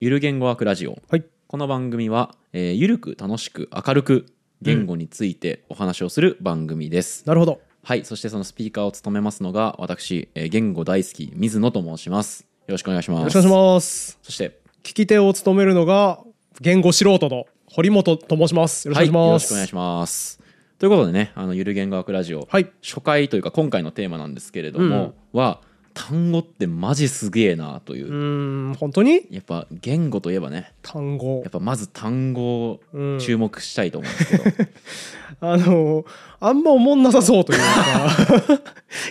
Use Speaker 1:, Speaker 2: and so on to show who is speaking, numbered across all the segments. Speaker 1: ゆる言語学ラジオ、
Speaker 2: はい
Speaker 1: この番組は、えーゆるく楽しく明るく言語についてお話をする番組です、
Speaker 2: なるほど
Speaker 1: はいそしてそのスピーカーを務めますのが私、えー言語大好き水野と申しますよろしくお願いします
Speaker 2: よろしくお願いします
Speaker 1: そして
Speaker 2: 聞き手を務めるのが言語素人の堀本と申しますよろしくお
Speaker 1: はいよ
Speaker 2: 願い
Speaker 1: ろし
Speaker 2: します
Speaker 1: くお願いしますということでねあのゆる言語学ラジオ、
Speaker 2: はい
Speaker 1: 初回というか今回のテーマなんですけれども、は単語ってマジすげえなという、
Speaker 2: うーん本当に
Speaker 1: やっぱ言語といえばね
Speaker 2: 単語
Speaker 1: やっぱまず単語
Speaker 2: う
Speaker 1: を
Speaker 2: ん
Speaker 1: 注目したいと思うんですけど、
Speaker 2: あのあんま思んなさそうという か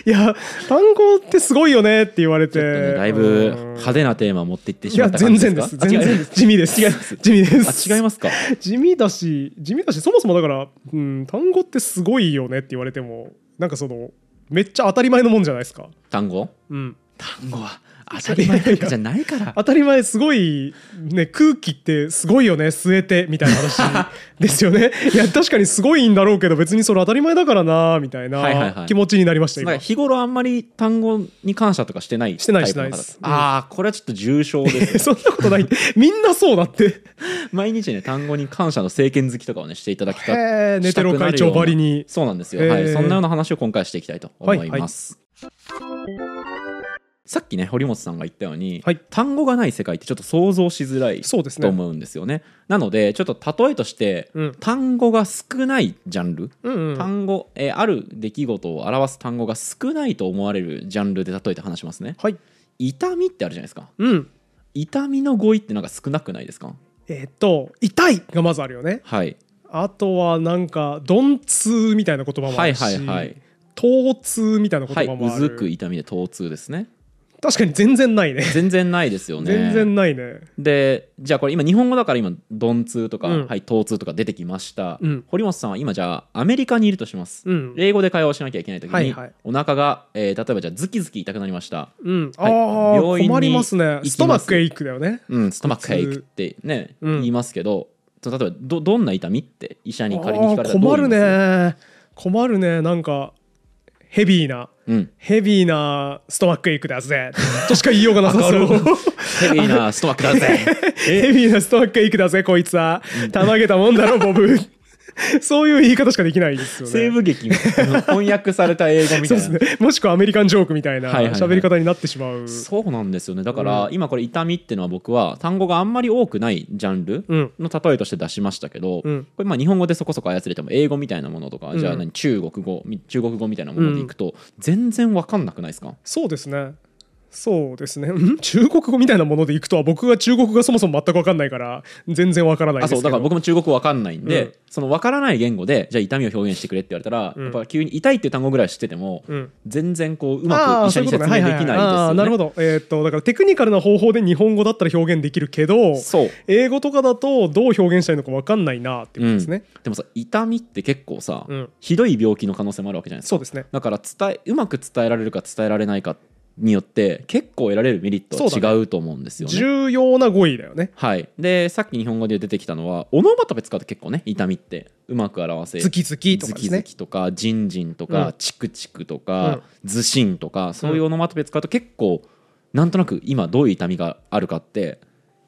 Speaker 2: いや単語ってすごいよねって言われて、
Speaker 1: ちょっとねだいうぶ
Speaker 2: ん
Speaker 1: 派手なテーマ持っていって
Speaker 2: い
Speaker 1: しま
Speaker 2: や
Speaker 1: った感
Speaker 2: 全
Speaker 1: じです
Speaker 2: 然
Speaker 1: か
Speaker 2: です全然です地味です
Speaker 1: 違います
Speaker 2: 地味で
Speaker 1: あ
Speaker 2: す
Speaker 1: 違いあ違いますか
Speaker 2: 地味だし地味だしそもそもだから、うん、単語ってすごいよねって言われてもなんかそのめっちゃ当たり前のもんじゃないですか、
Speaker 1: 単語
Speaker 2: うん、
Speaker 1: 単語は当たり前なんかじゃないから
Speaker 2: 当たり前すごい、ね、空気ってすごいよね据えてみたいな話ですよね いや確かにすごいんだろうけど別にそれ当たり前だからなみたい
Speaker 1: はいはいは
Speaker 2: ない気持ちになりました
Speaker 1: なんか
Speaker 2: 今
Speaker 1: 日頃あんまり単語に感謝とかしてない
Speaker 2: してない
Speaker 1: タイプの方
Speaker 2: してない
Speaker 1: だ
Speaker 2: です
Speaker 1: ああこれはちょっと重症ですね
Speaker 2: そんなことないみんなそうだって
Speaker 1: 毎日ね単語に感謝の政権好きとかをねしていただきた
Speaker 2: へーネテロ
Speaker 1: したくなる
Speaker 2: 会長
Speaker 1: ような
Speaker 2: ばりに
Speaker 1: そうなんですよ、
Speaker 2: へー
Speaker 1: はい、そんなような話を今回はしていきたいと思います、さっきね堀本さんが言ったように、
Speaker 2: はい
Speaker 1: 単語がない世界ってちょっと想像しづらい
Speaker 2: そうです
Speaker 1: と
Speaker 2: ね
Speaker 1: 思うんですよねなのでちょっと例えとして、
Speaker 2: うん
Speaker 1: 単語が少ないジャンル、
Speaker 2: うんうん
Speaker 1: 単語、えーある出来事を表す単語が少ないと思われるジャンルで例えて話しますね
Speaker 2: はい
Speaker 1: 痛みってあるじゃないですか
Speaker 2: うん
Speaker 1: 痛みの語彙ってなんか少なくないですか
Speaker 2: えーっと「痛い」がまずあるよね
Speaker 1: はい
Speaker 2: あとはなんか「鈍痛」みたいな言葉もあ
Speaker 1: はい
Speaker 2: るし
Speaker 1: はいはい
Speaker 2: 「疼痛」みたいな言
Speaker 1: はい
Speaker 2: 葉
Speaker 1: う
Speaker 2: もあ
Speaker 1: ず
Speaker 2: る、
Speaker 1: く痛みで疼痛ですね
Speaker 2: 確かに全然ないね
Speaker 1: 全然ないですよね
Speaker 2: 全然ないね
Speaker 1: でじゃあこれ今日本語だから今鈍痛とか、
Speaker 2: うん
Speaker 1: はい疼痛とか出てきました、
Speaker 2: うん
Speaker 1: 堀本さんは今じゃあアメリカにいるとします、
Speaker 2: うん
Speaker 1: 英語で会話をしなきゃいけない時に、
Speaker 2: はいはい
Speaker 1: お腹が、えー例えばじゃあズキズキ痛くなりました
Speaker 2: うん、
Speaker 1: はい
Speaker 2: あ
Speaker 1: 病
Speaker 2: あ
Speaker 1: 院に
Speaker 2: 困りますね
Speaker 1: きます
Speaker 2: ストマックエイクだよね
Speaker 1: うんストマックヘイクってね、
Speaker 2: うん
Speaker 1: 言いますけどその例えばどどんな痛みって医者
Speaker 2: あ
Speaker 1: に仮に聞か
Speaker 2: ー
Speaker 1: れたらど
Speaker 2: 困
Speaker 1: う言
Speaker 2: る
Speaker 1: います、
Speaker 2: ね困るねなんかヘビーな
Speaker 1: うん、
Speaker 2: ヘビーなストマックエイクだぜ としか言いようがなさそ
Speaker 1: わか
Speaker 2: う
Speaker 1: ヘビーなストマックだぜ
Speaker 2: ヘビーなストマックエイクだぜこいつはたまげたもんだろボ ブそういう言い方しかできないですよね
Speaker 1: 西部劇みたいな翻訳された英語みた
Speaker 2: そ
Speaker 1: いうな
Speaker 2: ですねもしくはアメリカンジョークみたいな
Speaker 1: はいはいはい
Speaker 2: 喋り方になってしまう、
Speaker 1: そうなんですよねだから
Speaker 2: う
Speaker 1: 今これ痛みっていうのは僕は単語があんまり多くないジャンル
Speaker 2: うん
Speaker 1: の例えとして出しましたけど、
Speaker 2: うん
Speaker 1: これまあ日本語でそこそこ操れても英語みたいなものとか、
Speaker 2: うん
Speaker 1: じゃあ何中国語み中国語みたいなものでいくと、全然わかんなくないですか
Speaker 2: そうですねそうですね ん中国語みたいなものでいくとは僕が中国語がそもそも全く分かんないから全然わからないで
Speaker 1: あ
Speaker 2: すけ
Speaker 1: そ
Speaker 2: ど
Speaker 1: うだから僕も中国語わかんないんで、
Speaker 2: うん
Speaker 1: そのわからない言語でじゃあ痛みを表現してくれって言われたら、
Speaker 2: うん
Speaker 1: やっぱ急に痛いっていう単語ぐらい知ってても、
Speaker 2: うん
Speaker 1: 全然こうう
Speaker 2: あ
Speaker 1: ま
Speaker 2: ー
Speaker 1: く医者に
Speaker 2: そうい
Speaker 1: 説
Speaker 2: うこ
Speaker 1: 明
Speaker 2: とね
Speaker 1: できないです
Speaker 2: はいはいあ
Speaker 1: よ
Speaker 2: ーなるほ
Speaker 1: ね。
Speaker 2: ど、えーっとだからテクニカルな方法で日本語だったら表現できるけど
Speaker 1: そう
Speaker 2: 英語とかだとどう表現したいのか分かんないなっていうことですね、
Speaker 1: でもさ痛みって結構さ、
Speaker 2: うん
Speaker 1: ひどい病気の可能性もあるわけじゃないですか
Speaker 2: そうですね
Speaker 1: だから伝えうまく伝えられるか伝えられないかによって結構得られるメリット
Speaker 2: そうだ
Speaker 1: は違うと思うんですよね。
Speaker 2: 重要な語彙だよね
Speaker 1: はい、でさっき日本語で出てきたのはオノマトペ使うと結構ね痛みってうまく表せ
Speaker 2: ズキズキとか
Speaker 1: ズ
Speaker 2: で
Speaker 1: キ
Speaker 2: す
Speaker 1: ズ
Speaker 2: ね
Speaker 1: キとかジンジンと
Speaker 2: う
Speaker 1: か
Speaker 2: ん
Speaker 1: チクチクとかズシンとかそういうオノマトペ使うと結構なんとなく今どういう痛みがあるかって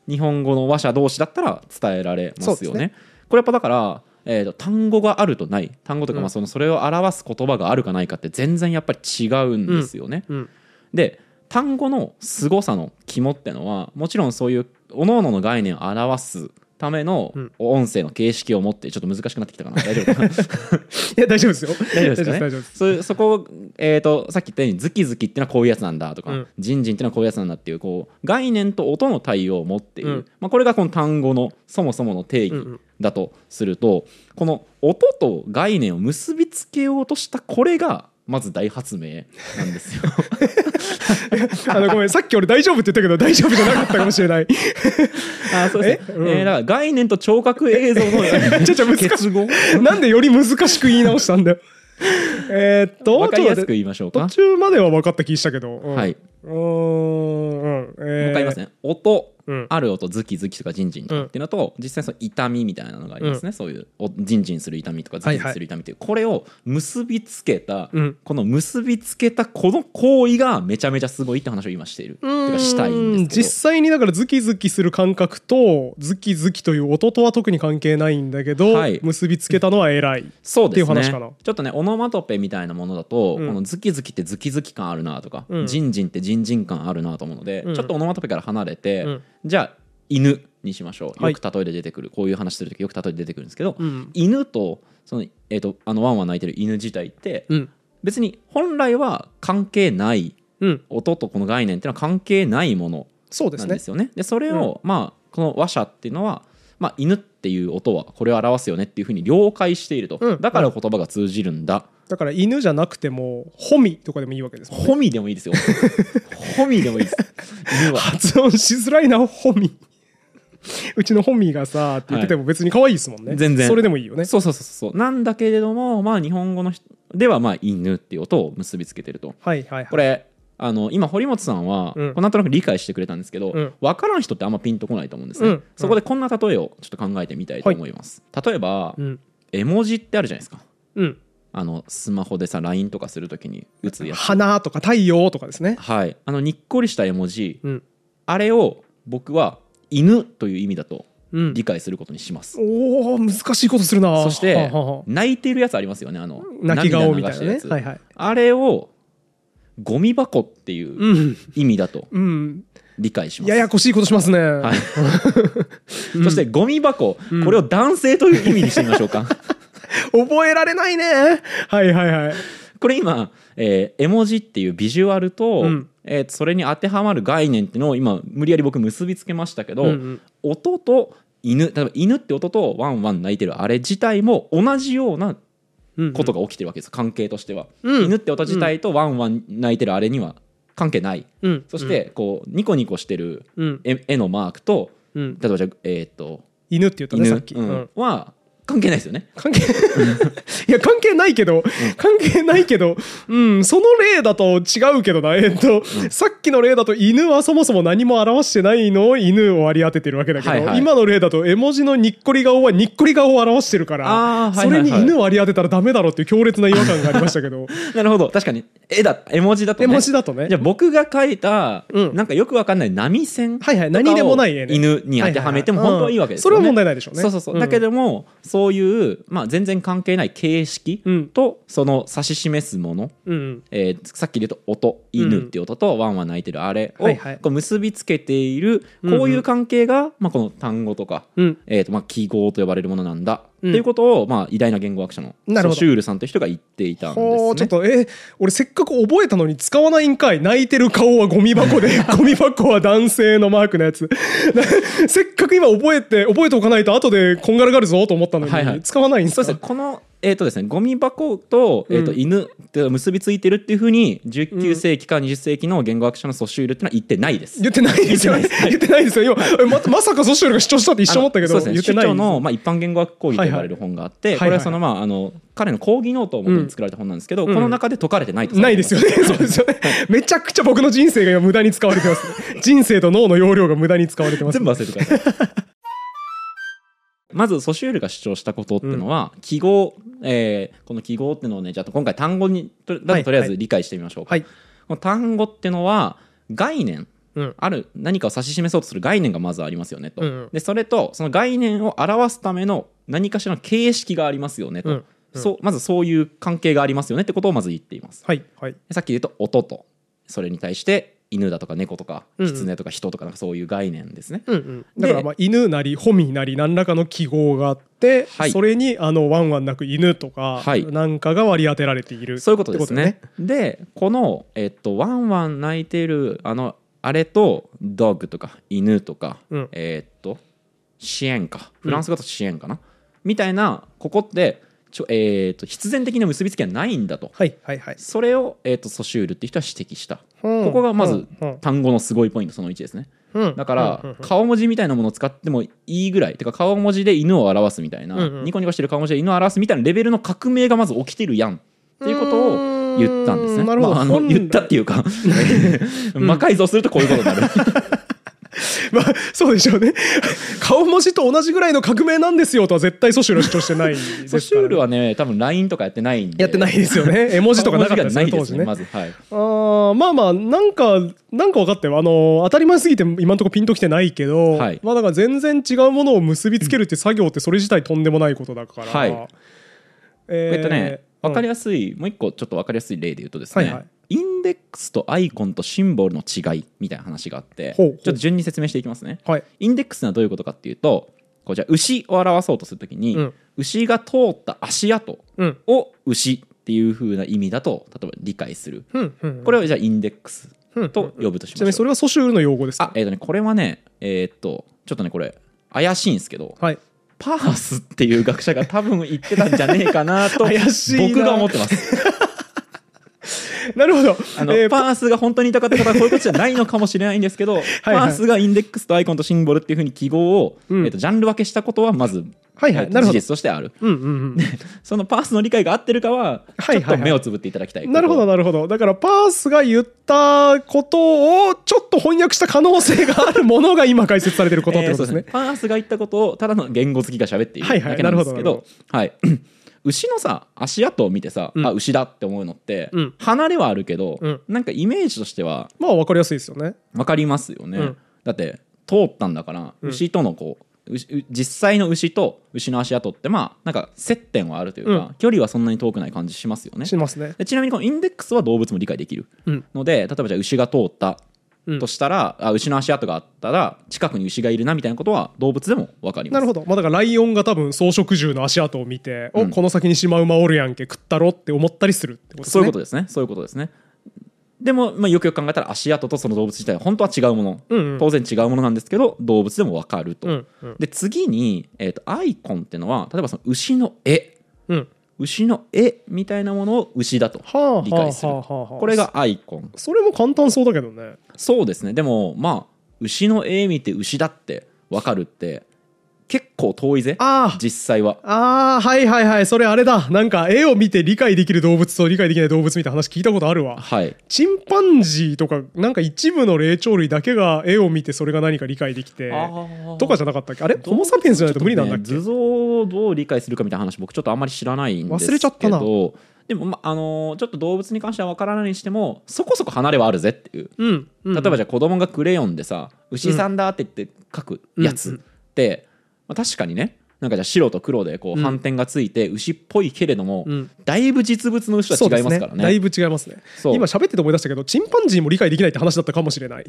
Speaker 1: 日本語の話者同士だったら伝えられま
Speaker 2: そう
Speaker 1: す
Speaker 2: で
Speaker 1: よ
Speaker 2: す
Speaker 1: ね
Speaker 2: ね。
Speaker 1: これやっぱだから、えーと単語があるとない単語とか、
Speaker 2: うん
Speaker 1: まあそのそれを表す言葉があるかないかって全然やっぱり違うんですよね。
Speaker 2: うん
Speaker 1: で単語の凄さの肝ってのはもちろんそういう各々の概念を表すための
Speaker 2: うん
Speaker 1: 音声の形式を持ってちょっと難しくなってきたかな大丈夫かな
Speaker 2: いや大丈夫ですよ
Speaker 1: 大丈夫ですかね
Speaker 2: 大丈夫です
Speaker 1: そういうそこを、えー、とさっき言ったようにズキズキってのはこういうやつなんだとか、
Speaker 2: うん
Speaker 1: ジンジンってのはこういうやつなんだっていうこう概念と音の対応を持っている、
Speaker 2: うん
Speaker 1: まあ、これがこの単語のそもそもの定
Speaker 2: うん
Speaker 1: 義
Speaker 2: うん
Speaker 1: だとすると、この音と概念を結びつけようとしたこれがまず大発明なん ですよ。
Speaker 2: あのごめんさっき俺大丈夫って言ったけど大丈夫じゃなかったかもしれない
Speaker 1: あそうですね、
Speaker 2: えうん
Speaker 1: えーだから概念と聴覚映像の
Speaker 2: ちょちょ難しい
Speaker 1: 結合
Speaker 2: なんでより難しく言い直したんだよえーっと
Speaker 1: わかりやすく言
Speaker 2: ち
Speaker 1: いましょ
Speaker 2: ょ
Speaker 1: う
Speaker 2: っと
Speaker 1: か
Speaker 2: 待って途
Speaker 1: も
Speaker 2: 中までは分かった気したけど、うん
Speaker 1: はいう
Speaker 2: ーんうんえー
Speaker 1: う一回言いますね音
Speaker 2: うんうん
Speaker 1: ある音ズキズキとかジンジンとかっていうのと、実際その痛みみたいなのがありますね、そういうおジンジンする痛みとかズキズキする痛みっていう、これを結びつけた、
Speaker 2: うん
Speaker 1: この結びつけたこの行為がめちゃめちゃすごいって話を今している、てかしたいんですけ
Speaker 2: 実
Speaker 1: ど
Speaker 2: 際にだからズキズキする感覚とズキズキという音とは特に関係ないんだけど、
Speaker 1: はい
Speaker 2: 結びつけたのは偉い
Speaker 1: そうですね
Speaker 2: っていう話かな
Speaker 1: ちょっとねオノマトペみたいなものだと、
Speaker 2: うん
Speaker 1: このズキズキってズキズキ感あるなとか、
Speaker 2: うん
Speaker 1: ジンジンってジンジン感あるなと思うので、
Speaker 2: うん
Speaker 1: ちょっとオノマトペから離れて、
Speaker 2: うん
Speaker 1: じゃあ犬にしましょう
Speaker 2: はい
Speaker 1: よく例えで出てくる、こういう話する時よく例えで出てくるんですけど、
Speaker 2: うん
Speaker 1: 犬とその、えー、とあのワンワン鳴いてる犬自体って、
Speaker 2: うん
Speaker 1: 別に本来は関係ない
Speaker 2: うん
Speaker 1: 音とこの概念っていうのは関係ないもの
Speaker 2: そうで
Speaker 1: な
Speaker 2: す
Speaker 1: ん
Speaker 2: ね
Speaker 1: ですよね。でそれを、まあこの話者っていうのは、まあ、犬っていう音はこれを表すよねっていうふうに了解していると、
Speaker 2: うん
Speaker 1: だから言葉が通じるんだ、
Speaker 2: だから犬じゃなくてもホミとかでもいいわけですもんね
Speaker 1: ホミでもいい ですよホミでもいいです犬は
Speaker 2: 発音しづらいなホミうちのホミがさって言ってても別に可愛いですもんね、
Speaker 1: 全然
Speaker 2: それでもいいよね
Speaker 1: そうそうそうそうなんだけれどもまあ日本語の人ではまあ犬っていう音を結びつけてると
Speaker 2: はいはいはい
Speaker 1: これあの今堀本さんは、
Speaker 2: うん
Speaker 1: こうなんとなく理解してくれたんですけど、
Speaker 2: うん
Speaker 1: 分からん人ってあんまピンとこないと思うんですね、
Speaker 2: うん
Speaker 1: そこでこんな例えをちょっと考えてみたいと思います、例えば、
Speaker 2: うん
Speaker 1: 絵文字ってあるじゃないですか
Speaker 2: うん
Speaker 1: あのスマホでさ LINE とかするときに打つやつ
Speaker 2: 花とか太陽とかですね
Speaker 1: はいあのにっこりした絵文字、
Speaker 2: うん
Speaker 1: あれを僕は犬という意味だと
Speaker 2: うん
Speaker 1: 理解することにします、
Speaker 2: おー難しいことするな
Speaker 1: そして
Speaker 2: はあはあはあ
Speaker 1: 泣いてるやつありますよねあの
Speaker 2: 泣き顔みたい
Speaker 1: 涙
Speaker 2: な
Speaker 1: 流
Speaker 2: ね
Speaker 1: してるや
Speaker 2: は
Speaker 1: つ
Speaker 2: いはい
Speaker 1: あれをゴミ箱っていう
Speaker 2: うん
Speaker 1: 意味だと
Speaker 2: うん
Speaker 1: 理解します、
Speaker 2: ややこしいことしますね、
Speaker 1: はい、
Speaker 2: うん
Speaker 1: そしてゴミ箱、
Speaker 2: うん
Speaker 1: これを男性という意味にしてみましょう か
Speaker 2: 覚えられないねはいはいはい
Speaker 1: これ今、えー絵文字っていうビジュアルと、
Speaker 2: うん
Speaker 1: えーそれに当てはまる概念っていうのを今無理やり僕結びつけましたけど、
Speaker 2: うんうん
Speaker 1: 音と犬例えば犬って音とワンワン鳴いてるあれ自体も同じような
Speaker 2: うん
Speaker 1: ことが起きてるわけです関係としては、
Speaker 2: うん
Speaker 1: 犬って音自体とワンワン鳴いてるあれには関係ない
Speaker 2: うん
Speaker 1: そしてこうニコニコしてる
Speaker 2: うん
Speaker 1: 絵絵のマークと
Speaker 2: うん
Speaker 1: 例えばじゃあえーっと
Speaker 2: 犬って言ったね
Speaker 1: 犬、
Speaker 2: さっき、
Speaker 1: う
Speaker 2: うん
Speaker 1: ん、は関係ないですよね
Speaker 2: 関係いや関係ないけど、関係ないけどうんその例だと違うけどなえっと、さっきの例だと犬はそもそも何も表してないのを犬を割り当ててるわけだけど、
Speaker 1: はいはい
Speaker 2: 今の例だと絵文字のにっこり顔はにっこり顔を表してるから、
Speaker 1: あーはいはいはい
Speaker 2: それに犬を割り当てたらダメだろうっていう強烈な違和感がありましたけ ど
Speaker 1: なるほど確かに絵だ絵文字だと、ね、
Speaker 2: 絵文字だとね
Speaker 1: じゃあ僕が書いた、
Speaker 2: うん
Speaker 1: なんかよくわかんない波線
Speaker 2: はいは
Speaker 1: と
Speaker 2: い
Speaker 1: かを
Speaker 2: 何でもない絵ね
Speaker 1: 犬に当てはめても
Speaker 2: はいは
Speaker 1: 本当
Speaker 2: いはい
Speaker 1: はいいわけですよ、ね
Speaker 2: うんそれは問題ないでしょうね
Speaker 1: そうそうそう、
Speaker 2: うん
Speaker 1: だけどもそういう、まあ、全然関係ない形式
Speaker 2: うん
Speaker 1: とその指し示すもの、
Speaker 2: うん
Speaker 1: えーさっきで言うと音犬っていう音とワンワン鳴いてるあれを
Speaker 2: はいはい
Speaker 1: こう結びつけているこういう関係が、まあ、この単語とか、
Speaker 2: うん
Speaker 1: えーとまあ、記号と呼ばれるものなんだ、
Speaker 2: うん
Speaker 1: っていうことを、まあ、偉大な言語学者の
Speaker 2: なるほど
Speaker 1: ソシュールさんという人が言っていたんです、ね。
Speaker 2: ほうちょっとえ俺せっかく覚えたのに使わないんかい泣いてる顔はゴミ箱でゴミ箱は男性のマークのやつ せっかく今覚えて覚えておかないと後でこんがらがるぞと思ったのに、
Speaker 1: はいはい
Speaker 2: 使わないんです
Speaker 1: そう
Speaker 2: か
Speaker 1: ですね、この、えーとですね、ゴミ箱と,、えー、と
Speaker 2: うん
Speaker 1: 犬って結びついてるっていうふうに
Speaker 2: う
Speaker 1: 19
Speaker 2: ん
Speaker 1: 世紀か20世紀の言語学者のソシュールっていうのは言ってないです。
Speaker 2: 言ってないですよね言ってないですよ今えままさかソシュールが主張したって一緒思ったけど、
Speaker 1: あのそう
Speaker 2: 言
Speaker 1: で
Speaker 2: っ
Speaker 1: す
Speaker 2: て
Speaker 1: ね、
Speaker 2: ない
Speaker 1: 主張の、まあ、一般言語学講義と呼ばれる本があって、
Speaker 2: はいはい
Speaker 1: これはその、まあ、あの彼の講義ノートを元に作られた本なんですけど、
Speaker 2: ん
Speaker 1: この中で解かれてないとされてま
Speaker 2: ないですよね。そうですよね。めちゃくちゃ僕の人生が今無駄に使われてます。人生と脳の容量が無駄に使われてま す。
Speaker 1: 全部忘れてください まずソシュールが主張したことっていうのは、記号、えーこの記号っていうのをねじゃあ今回単語にとだ
Speaker 2: は
Speaker 1: と
Speaker 2: い
Speaker 1: とりあえ
Speaker 2: は
Speaker 1: ず理解してみましょうか、
Speaker 2: はい
Speaker 1: この単語っていうのは概念、
Speaker 2: うん
Speaker 1: ある何かを指し示そうとする概念がまずありますよねと、
Speaker 2: うんうん
Speaker 1: でそれとその概念を表すための何かしらの形式がありますよねと、
Speaker 2: うんうん
Speaker 1: そうまずそういう関係がありますよねってことをまず言っています
Speaker 2: はいはい。
Speaker 1: さっきで言うと音とそれに対して犬だとか猫とか
Speaker 2: うんうん
Speaker 1: 狐とか人とかなんかそういう概念ですね、
Speaker 2: だから
Speaker 1: で
Speaker 2: まあ犬なりホミなり何らかの記号があって、
Speaker 1: はい
Speaker 2: それにあのワンワンなく犬とか
Speaker 1: はい
Speaker 2: なんかが割り当てられている
Speaker 1: そういうことです
Speaker 2: って
Speaker 1: ね。でこの、えっと、ワンワン泣いてるあのあれとドッグとか犬とか、
Speaker 2: うん
Speaker 1: えっと支援かフランス語だと支援かな、みたいなここってちょ、えっと必然的な結びつきはないんだと
Speaker 2: はいはいはい、
Speaker 1: それを、えっとソシュールっていう人は指摘した、
Speaker 2: うん
Speaker 1: ここがまず
Speaker 2: うん
Speaker 1: 単語のすごいポイントその1ですね
Speaker 2: うん
Speaker 1: だから、
Speaker 2: うんうん
Speaker 1: 顔文字みたいなものを使ってもいいぐらいてか顔文字で犬を表すみたいな、
Speaker 2: うんうん
Speaker 1: ニコニコしてる顔文字で犬を表すみたいなレベルの革命がまず起きてるやんっていうことを言ったんです
Speaker 2: うー
Speaker 1: ね。
Speaker 2: んなるほど
Speaker 1: まあ、あの
Speaker 2: 本来
Speaker 1: 言ったっていうか魔改造するとこういうことになる。
Speaker 2: まあそうでしょうね顔文字と同じぐらいの革命なんですよとは絶対ソシュール主張してないです
Speaker 1: ソ
Speaker 2: から
Speaker 1: シュールはね多分 LINE とかやってないんで
Speaker 2: やってないですよね絵文字とかなかったですね
Speaker 1: 顔
Speaker 2: 当
Speaker 1: 文字
Speaker 2: 時
Speaker 1: が
Speaker 2: ね
Speaker 1: ないですねまずはい
Speaker 2: あーまあまあなんかなんか分かってよあの当たり前すぎて今んとこピンときてないけど、
Speaker 1: はい
Speaker 2: まあだから全然違うものを結びつけるって作業ってそれ自体とんでもないことだから、
Speaker 1: はい
Speaker 2: え
Speaker 1: こうやってね、分かり
Speaker 2: や
Speaker 1: やすい、もう一個ちょっと分かりやすい例で言うとですね、
Speaker 2: はいはい
Speaker 1: インデックスとアイコンとシンボルの違いみたいな話があって
Speaker 2: ほうほう
Speaker 1: ちょっと順に説明していきますね
Speaker 2: はい
Speaker 1: インデックスはどういうことかっていうとこうじゃあ牛を表そうとするときに、
Speaker 2: うん
Speaker 1: 牛が通った足跡
Speaker 2: うん
Speaker 1: を牛っていう風な意味だと例えば理解する
Speaker 2: うんうん
Speaker 1: これをじゃあインデックス
Speaker 2: うん
Speaker 1: と呼ぶとし
Speaker 2: ちなみ
Speaker 1: まし
Speaker 2: に
Speaker 1: ょ
Speaker 2: そうれはソシュールの用語ですか
Speaker 1: あえっ、とねこれはねえーっとちょっとねこれ怪しいんですけど
Speaker 2: はい
Speaker 1: パースっていう学者が多分言ってたんじゃねえかなと
Speaker 2: 怪しいな
Speaker 1: 僕が思ってます
Speaker 2: なるほど
Speaker 1: あの、
Speaker 2: えー
Speaker 1: パースが本当にいたかったことはこういうことじゃないのかもしれないんですけど
Speaker 2: い はい
Speaker 1: パースがインデックスとアイコンとシンボルっていうふうに記号を、
Speaker 2: うん
Speaker 1: えっとジャンル分けしたことはまず、
Speaker 2: はいは
Speaker 1: え
Speaker 2: い
Speaker 1: っと
Speaker 2: なるほ
Speaker 1: 事
Speaker 2: ど
Speaker 1: 実としてある
Speaker 2: うんうん うん
Speaker 1: そのパースの理解が合ってるかは
Speaker 2: は
Speaker 1: ちょ
Speaker 2: いはい
Speaker 1: っ
Speaker 2: はい
Speaker 1: と目をつぶっていただきたいこと
Speaker 2: なるほどなるほどだからパースが言ったことをちょっと翻訳した可能性があるものが今解説されてることって
Speaker 1: えー
Speaker 2: こ
Speaker 1: そ
Speaker 2: と
Speaker 1: う
Speaker 2: で
Speaker 1: ですすね
Speaker 2: ね。
Speaker 1: パースが言ったことをただの言語好きが喋ってい
Speaker 2: はい
Speaker 1: る
Speaker 2: はい
Speaker 1: だけなんですけ
Speaker 2: なる
Speaker 1: どはい 牛のさ足跡を見てさ、
Speaker 2: うん
Speaker 1: あ牛だって思うのって、
Speaker 2: うん
Speaker 1: 離れはあるけど、
Speaker 2: うん
Speaker 1: なんかイメージとしては
Speaker 2: まあ分かりやすいですよね。
Speaker 1: わかりますよね、
Speaker 2: うん
Speaker 1: だって通ったんだから
Speaker 2: うん
Speaker 1: 牛とのこう、牛う実際の牛と牛の足跡ってまあなんか接点はあるというか、
Speaker 2: うん
Speaker 1: 距離はそんなに遠くない感じしますよね
Speaker 2: しますね。
Speaker 1: でちなみにこのインデックスは動物も理解できる
Speaker 2: うん
Speaker 1: ので例えばじゃあ牛が通った
Speaker 2: うん
Speaker 1: としたら、あ牛の足跡があったら近くに牛がいるなみたいなことは動物でも分かります
Speaker 2: なるほど、まあ、だからライオンが多分草食獣の足跡を見て、おこの先にシマウマおるやんけ食ったろって思ったりするってことですね。
Speaker 1: そういうことですねそういうことですねでも、まあ、よくよく考えたら足跡とその動物自体は本当は違うもの、
Speaker 2: うんうん
Speaker 1: 当然違うものなんですけど動物でも分かると、
Speaker 2: うんうん
Speaker 1: で次に、えー、とアイコンってのは例えばその牛の絵
Speaker 2: うん
Speaker 1: 牛の絵みたいなものを牛だと
Speaker 2: はあはあ
Speaker 1: 理解する、
Speaker 2: はあはあはあ
Speaker 1: これがアイコン
Speaker 2: それも簡単そうだけどね。
Speaker 1: そうですねでもまあ牛の絵見て牛だって分かるって結構遠いぜ
Speaker 2: あ
Speaker 1: 実際は
Speaker 2: ああはいはいはいそれあれだなんか絵を見て理解できる動物と理解できない動物みたいな話聞いたことあるわ。
Speaker 1: はい
Speaker 2: チンパンジーとかなんか一部の霊長類だけが絵を見てそれが何か理解できてとかじゃなかったっけあれホモ・サピエンスじゃないと無理なんだっけ
Speaker 1: 図像をどう理解するかみたいな話僕ちょっとあんまり知らないんですけど
Speaker 2: 忘れちゃったな
Speaker 1: でも、まあのーちょっと動物に関しては分からないにしてもそこそこ離れはあるぜっていう
Speaker 2: うん
Speaker 1: 例えばじゃあ子供がクレヨンでさ「牛さんだ」って言って書くやつって、まあ、確かにねなんかじゃあ白と黒でこう斑点がついて牛っぽいけれども、
Speaker 2: うん
Speaker 1: だいぶ実物の牛と
Speaker 2: そう
Speaker 1: は
Speaker 2: で
Speaker 1: 違い
Speaker 2: す
Speaker 1: ます
Speaker 2: ね
Speaker 1: からね
Speaker 2: だいぶ違いますね
Speaker 1: そう
Speaker 2: 今喋ってて思い出したけどチンパンジーも理解できないって話だったかもしれない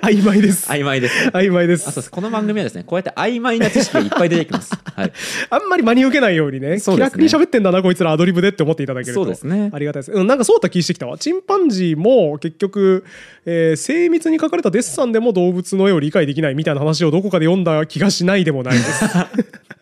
Speaker 2: 曖昧です
Speaker 1: 曖昧ですね
Speaker 2: 曖昧で
Speaker 1: あそう
Speaker 2: す
Speaker 1: ですこの番組はですねこうやって曖昧な知識がいっぱい出てきます、はい、
Speaker 2: あんまり真に受けないようにね
Speaker 1: そう
Speaker 2: 気
Speaker 1: ですね
Speaker 2: 楽に喋ってんだなこいつらアドリブでって思っていただけると
Speaker 1: そうですね
Speaker 2: ありがたいです、うん、なんかそうだった気してきたわチンパンジーも結局、えー精密に描かれたデッサンでも動物の絵を理解できないみたいな話をどこかで読んだ気がしないでもないです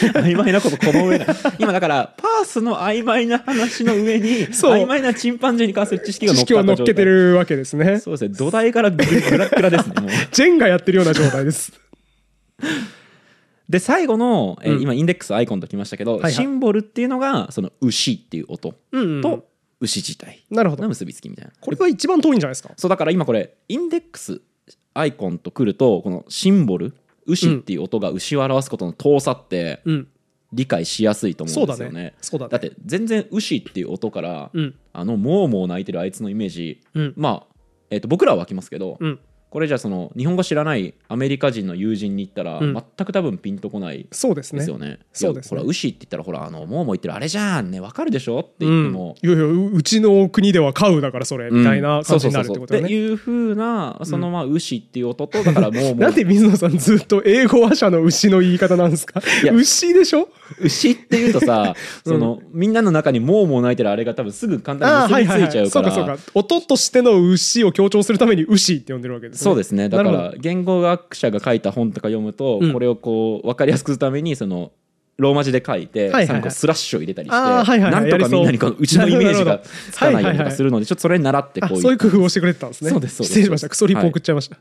Speaker 1: 曖昧なことこの上ない今だからパースの曖昧な話の上に
Speaker 2: そう
Speaker 1: 曖昧なチンパンジーに関する知識が
Speaker 2: 知
Speaker 1: 乗っ
Speaker 2: 識
Speaker 1: か
Speaker 2: を
Speaker 1: っ
Speaker 2: 乗
Speaker 1: た
Speaker 2: っ
Speaker 1: 状
Speaker 2: け
Speaker 1: 態
Speaker 2: てるわけですね
Speaker 1: そうですね土台からグラッグラですねもう
Speaker 2: ジェンがやってるような状態です。
Speaker 1: で最後の、えー
Speaker 2: うん
Speaker 1: 今インデックスアイコンときましたけど、
Speaker 2: はい
Speaker 1: シンボルっていうのがその牛っていう音
Speaker 2: うんうんうん
Speaker 1: と牛自体
Speaker 2: なるほ
Speaker 1: が
Speaker 2: ど。
Speaker 1: 結びつきみたいな、
Speaker 2: これが一番遠いんじゃないですか。
Speaker 1: そうだから今これインデックスアイコンとくるとこのシンボル牛っていう音が牛を表すことの遠さって
Speaker 2: うん。
Speaker 1: 理解しやすいと思
Speaker 2: そううん
Speaker 1: で
Speaker 2: だ
Speaker 1: すよね
Speaker 2: ね。そうだ
Speaker 1: だっ
Speaker 2: ね。
Speaker 1: て全然牛っていう音から、
Speaker 2: うん。
Speaker 1: あのもうもう泣いてるあいつのイメージ、
Speaker 2: うん
Speaker 1: まあ、えー、と僕らは湧きますけど、
Speaker 2: うん。
Speaker 1: これじゃあその日本語知らないアメリカ人の友人に言ったら、
Speaker 2: うん
Speaker 1: 全く多分ピンとこない
Speaker 2: そうですね。
Speaker 1: ですよね。
Speaker 2: そうですね
Speaker 1: いやほら牛って言ったらほらあのもうも言ってるあれじゃんねわかるでしょって言
Speaker 2: う
Speaker 1: って
Speaker 2: ん
Speaker 1: も。、
Speaker 2: いやいやううちの国では買うだからそれみたいな感じになるってことだ
Speaker 1: そうそうそうって
Speaker 2: ね。
Speaker 1: いうふうなそのまあ牛っていう音とだ からもうも
Speaker 2: なん
Speaker 1: う
Speaker 2: で水野さんずっと英語話者の牛の言い方なんですか
Speaker 1: いや
Speaker 2: 牛でしょ
Speaker 1: 牛っていうとさ
Speaker 2: うん
Speaker 1: そのみんなの中にもうもう泣いてるあれが多分すぐ簡単
Speaker 2: あ
Speaker 1: に
Speaker 2: ーは
Speaker 1: 結びつい
Speaker 2: いはいは
Speaker 1: ちゃ
Speaker 2: い。
Speaker 1: う
Speaker 2: そ
Speaker 1: か
Speaker 2: うからそうか。音としての牛を強調するために牛って呼んでるわけですね。
Speaker 1: そうですねだか
Speaker 2: なるほ
Speaker 1: ら言語学者が書いた本とか読むと
Speaker 2: うん
Speaker 1: これをこう分かりやすくするためにそのローマ字で書いて
Speaker 2: はいはいはい
Speaker 1: さらにこうスラッシュを入れたりして
Speaker 2: あーはいはいはい
Speaker 1: なんとかみんなにこの牛のイメージ
Speaker 2: なる
Speaker 1: が
Speaker 2: ほど
Speaker 1: つかないようにとかするのでちょっとそれに習ってこ
Speaker 2: あ
Speaker 1: うい
Speaker 2: そういう工夫をしてくれてたんですね。
Speaker 1: そうですそうです
Speaker 2: 失礼しました。クソリップ送っちゃいました。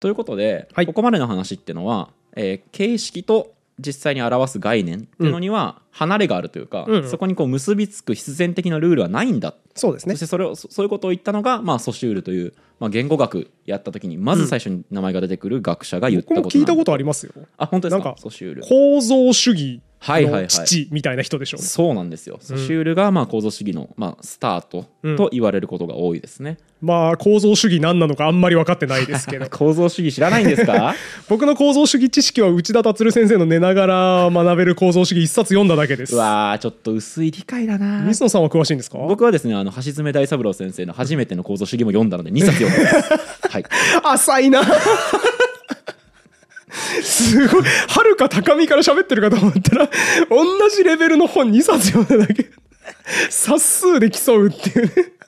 Speaker 1: ということで、
Speaker 2: はい
Speaker 1: ここまでの話ってのは、えー形式と実際に表す概念っていうのには離れがあるというか、
Speaker 2: うんうん
Speaker 1: そこにこう結びつく必然的なルールはないんだ、
Speaker 2: そうです
Speaker 1: そ
Speaker 2: ね
Speaker 1: してそれをそそういうことを言ったのが、まあ、ソシュールという、まあ、言語学やった時にまず最初に名前が出てくる学者が言った
Speaker 2: 僕
Speaker 1: ことなん
Speaker 2: も聞いたことありますよ
Speaker 1: あ本当ですか
Speaker 2: なんか
Speaker 1: ソシュール
Speaker 2: 構造主義
Speaker 1: はいはいは
Speaker 2: の
Speaker 1: い
Speaker 2: 父みたいな人でしょ、
Speaker 1: そうなんですよ、ソシュールがまあ構造主義の、まあ、スタート
Speaker 2: うん
Speaker 1: と言われることが多いですね、
Speaker 2: まあ構造主義何なのかあんまり分かってないですけど
Speaker 1: 構造主義知らないんですか
Speaker 2: 僕の構造主義知識は内田達先生の寝ながら学べる構造主義一冊読んだだけです
Speaker 1: うわーちょっと薄い理解だな
Speaker 2: 水野さんは詳しいんですか
Speaker 1: 僕はですねあの橋爪大三郎先生の初めての構造主義も読んだので2冊読んで ます、はい、
Speaker 2: 浅いなすごいはるか高みから喋ってるかと思ったら同じレベルの本2冊読んだだけ冊数で競うっていうね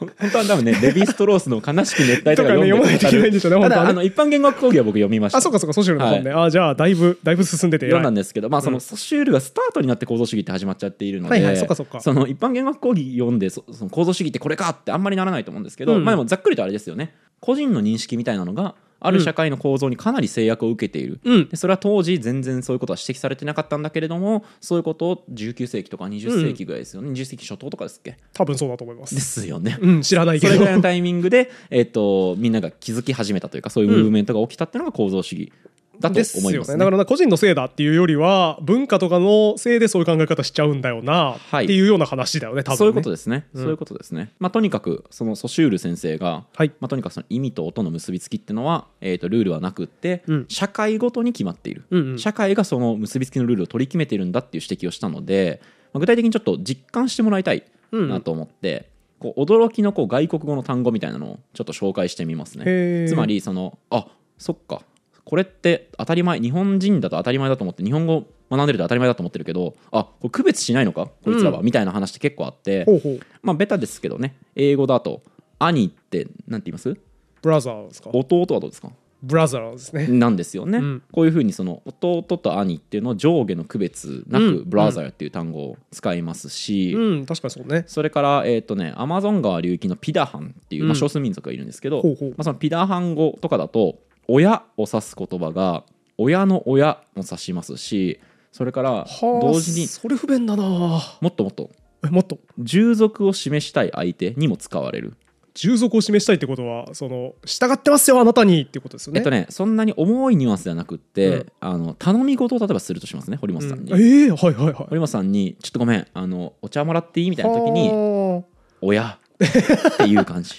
Speaker 1: 本当は多分ねレヴィ・ストロースの「悲しき熱帯」とか読んで
Speaker 2: とかね読まないといけないんでしょうね
Speaker 1: ただ
Speaker 2: 本当はね
Speaker 1: あの一般言語学講義は僕読みました
Speaker 2: あそうかそうかソシュールの本ね、あじゃあだいぶだいぶ進んでて偉
Speaker 1: 読
Speaker 2: い
Speaker 1: んだんですけど、まあ、そのソシュールがスタートになって構造主義って始まっちゃっているので、
Speaker 2: はいはいそっかそっか
Speaker 1: の一般言語学講義読んでそその構造主義ってこれかってあんまりならないと思うんですけど、
Speaker 2: うん
Speaker 1: まあ、でもざっくりとあれですよね個人の認識みたいなのがある社会の構造にかなり制約を受けている、
Speaker 2: うん
Speaker 1: でそれは当時全然そういうことは指摘されてなかったんだけれどもそういうことを19世紀とか20世紀ぐらいですよね、20世紀初頭とかですっけ
Speaker 2: 多分そうだと思いま
Speaker 1: ですすよね、
Speaker 2: うん知らない
Speaker 1: それ
Speaker 2: けど
Speaker 1: ぐらいのタイミングで、えっとみんなが気づき始めたというかそういうムーブメントが起きたっていうのが構造主義だと思いますね。
Speaker 2: ですよねだから個人のせいだっていうよりは文化とかのせいでそういう考え方しちゃうんだよなって
Speaker 1: い
Speaker 2: いうような話だよね多分ね
Speaker 1: そういうこと
Speaker 2: で
Speaker 1: ですね、そういうことですね、まあ、とにかくそのソシュール先生が、
Speaker 2: はい
Speaker 1: まあ、とにかくその意味と音の結びつきっていうのは、えー、とルールはなくって、
Speaker 2: うん
Speaker 1: 社会ごとに決まっている、
Speaker 2: うんうん
Speaker 1: 社会がその結びつきのルールを取り決めてるんだっていう指摘をしたので、まあ、具体的にちょっと実感してもらいたいなと思って、こう驚きのこう外国語の単語みたいなのをちょっと紹介してみますね
Speaker 2: へー
Speaker 1: つまりそのあそっかこれって当たり前日本人だと当たり前だと思って日本語学んでると当たり前だと思ってるけどあこれ区別しないのかこいつらは、みたいな話って結構あって、
Speaker 2: ほうほう
Speaker 1: まあ、ベタですけどね英語だと兄ってなんて言います
Speaker 2: ブラザーですか
Speaker 1: 弟はどうですか
Speaker 2: ブラザーですね
Speaker 1: なんですよね、
Speaker 2: ん
Speaker 1: こういうふうにその弟と兄っていうのを上下の区別なく「
Speaker 2: うん
Speaker 1: ブラザー」っていう単語を使いますし、
Speaker 2: うん確かにそうね
Speaker 1: それから、えーとね、アマゾン川流域のピダハンっていう、まあ、少数民族がいるんですけど、
Speaker 2: ほうほう
Speaker 1: まあ、そのピダハン語とかだと親を指す言葉が親の親も指しますしそれから
Speaker 2: はあ
Speaker 1: 同時に
Speaker 2: それ不便だなあ
Speaker 1: もっともっと
Speaker 2: えもっと
Speaker 1: 従属を示したい相手にも使われる
Speaker 2: 従属を示したいってことはその従ってますよあなたにっていうことですよ
Speaker 1: え
Speaker 2: ね
Speaker 1: っとねそんなに重いニュアンスではなくって、
Speaker 2: うん
Speaker 1: あの頼み事を例えばするとしますね堀本さんに、
Speaker 2: うんええはいはいはい
Speaker 1: 堀本さんに「ちょっとごめんあのお茶もらっていい?」みたいな時に
Speaker 2: は
Speaker 1: 「親」っていう感じ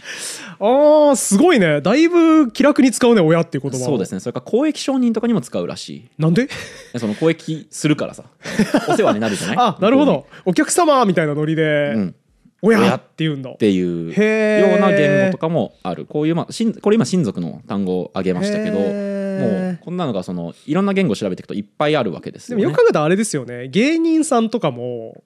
Speaker 2: ああーすごいねだいぶ気楽に使うね親 っていう言葉を
Speaker 1: そうですねそれから公益承認とかにも使うらし
Speaker 2: なんで
Speaker 1: いその公益する からさお世話になるじゃない
Speaker 2: あなるほどお客様みたいなノリで、
Speaker 1: うん
Speaker 2: 親って言うんだ
Speaker 1: っていう
Speaker 2: へー
Speaker 1: ような言語とかもあるこういう、まあ、しんこれ今親族の単語を挙げましたけども
Speaker 2: へー
Speaker 1: うこんなのがそのいろんな言語を調べていくといっぱいあるわけです
Speaker 2: で
Speaker 1: よ、
Speaker 2: も
Speaker 1: ね、
Speaker 2: よく考えたらあれですよね芸人さんとかも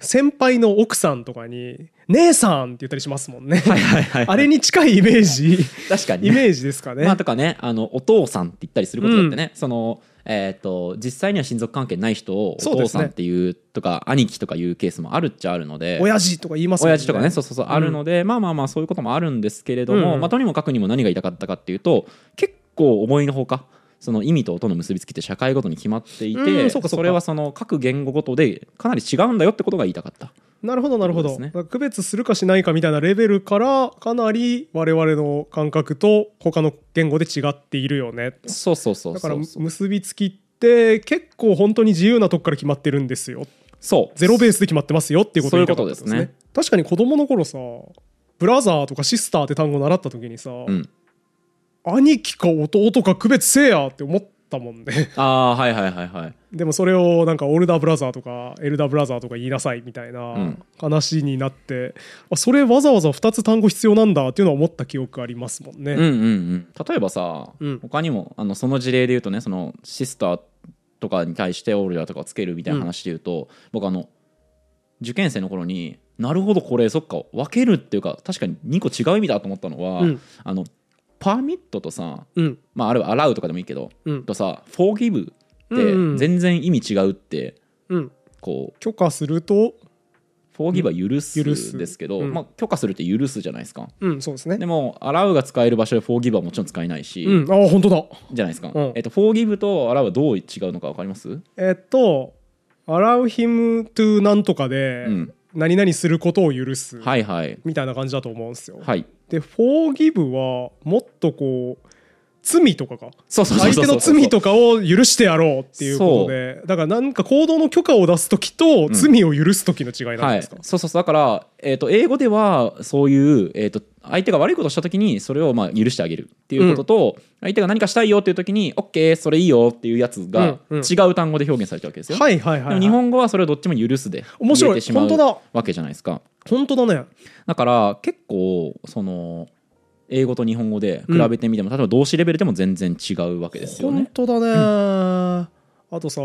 Speaker 2: 先輩の奥さんとかに「姉さん」って言ったりしますもんね、
Speaker 1: はいはい
Speaker 2: あれに近いイメージ
Speaker 1: 確かにね、
Speaker 2: イメージですかね、
Speaker 1: まあ、とかねあのお父さんって言ったりすることだってね、そのえー、と実際には親族関係ない人をお
Speaker 2: そうで
Speaker 1: 父
Speaker 2: す
Speaker 1: さ
Speaker 2: ね
Speaker 1: んっていうとか兄貴とかいうケースもあるっちゃあるので
Speaker 2: 親父とか言いますもん
Speaker 1: 親父とかねそうそうそうあるので、まあまあまあそういうこともあるんですけれども、
Speaker 2: うんうん
Speaker 1: まあ、とにもかくにも何が言いたかったかっていうと結構思いのほかその意味と音の結びつきって社会ごとに決まっていて、
Speaker 2: うんそうかそうか
Speaker 1: れはその各言語ごとでかなり違うんだよってことが言いたかった。
Speaker 2: なるほどなるほ
Speaker 1: そ
Speaker 2: ど、
Speaker 1: うですね
Speaker 2: だから区別するかしないかみたいなレベルからかなり我々の感覚と他の言語で違っているよね
Speaker 1: そうそうそう
Speaker 2: だから
Speaker 1: そう
Speaker 2: 結びつきって結構本当に自由なとこから決まってるんですよ
Speaker 1: そう
Speaker 2: ゼロベースで決まってますよっていうことを言いたかった
Speaker 1: そういうことです
Speaker 2: 確かに子供の頃さブラザーとかシスターって単語を習った時にさ、
Speaker 1: うん、
Speaker 2: 兄貴か弟か区別せえやって思ったもんね
Speaker 1: ああーはいはいはいはい。
Speaker 2: でもそれをなんかオルダーブラザーとかエルダーブラザーとか言いなさいみたいなん話になって、あそれわざわざ2つ単語必要なんだっていうのは思った記憶ありますもんね、
Speaker 1: うんうんうん、例えばさ、
Speaker 2: うん
Speaker 1: 他にもあのその事例で言うとねそのシスターとかに対してオールダーとかをつけるみたいな話で言うと、僕あの受験生の頃になるほどこれそっか分けるっていうか確かに2個違う意味だと思ったのは、
Speaker 2: うん
Speaker 1: あのパーミットとさ、
Speaker 2: うん
Speaker 1: まあ、あるいはアラウとかでもいいけど、
Speaker 2: うん
Speaker 1: とさフォーギブ
Speaker 2: うんう
Speaker 1: っ
Speaker 2: ん
Speaker 1: て全然意味違うって
Speaker 2: うん
Speaker 1: こう
Speaker 2: 許可すると
Speaker 1: フォーギブは許
Speaker 2: 許
Speaker 1: す
Speaker 2: す
Speaker 1: ですけど、
Speaker 2: うん
Speaker 1: まあ、許可するって許すじゃないですか
Speaker 2: うんそうですね
Speaker 1: でも洗うが使える場所でフォーギブはもちろん使えないし、
Speaker 2: うんああ本当だ
Speaker 1: じゃないですか、
Speaker 2: うん
Speaker 1: えっと、フォーギブと洗うはどう違うのか分かります
Speaker 2: えっと「allow him to なんとか」で
Speaker 1: うん
Speaker 2: 何々することを許す
Speaker 1: はいはい
Speaker 2: みたいな感じだと思うんですよ
Speaker 1: はい
Speaker 2: で「forgive」はもっとこう罪とかか
Speaker 1: そうそうそう
Speaker 2: 相
Speaker 1: そう
Speaker 2: 手の罪とかを許してやろうっていうことでだからなんか行動の許可を出す時と
Speaker 1: ん
Speaker 2: 罪を許す時の違いなん
Speaker 1: は
Speaker 2: で
Speaker 1: い、
Speaker 2: す
Speaker 1: そ
Speaker 2: か、
Speaker 1: うそうそうだから、えー、と英語ではそういう、えー、と相手が悪いことをした時にそれをまあ許してあげるっていうことと、相手が何かしたいよっていう時に OK それいいよっていうやつが
Speaker 2: うんうん
Speaker 1: 違う単語で表現されたわけですよ、
Speaker 2: はいはいはい
Speaker 1: でも日本語はそれをどっちも許すで
Speaker 2: 面白い
Speaker 1: 言えてしまう
Speaker 2: 本当だ
Speaker 1: わけじゃないですか
Speaker 2: 本当だね
Speaker 1: だから結構その英語と日本語で比べてみても、例えば動詞レベルでも全然違うわけですよ
Speaker 2: 本
Speaker 1: ね
Speaker 2: 当だね、あとさ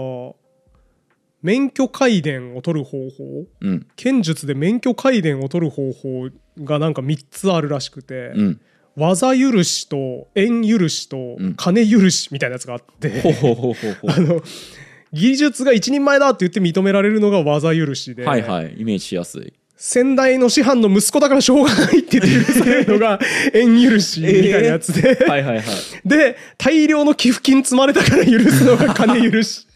Speaker 2: 免許改伝を取る方法
Speaker 1: うん
Speaker 2: 剣術で免許改伝を取る方法がなんか3つあるらしくて、
Speaker 1: うん
Speaker 2: 技許しと縁許しと
Speaker 1: うん
Speaker 2: 金許しみたいなやつがあって、
Speaker 1: ほうほうほうほうほ
Speaker 2: あの技術が一人前だって言って認められるのが技許し で、
Speaker 1: うはいはいイメージしやすい
Speaker 2: 先代の師範の息子だからしょうがないって言って許されるのが 縁許しみたいなやつで、
Speaker 1: はいはいはい
Speaker 2: で大量の寄付金積まれたから許すのが金許し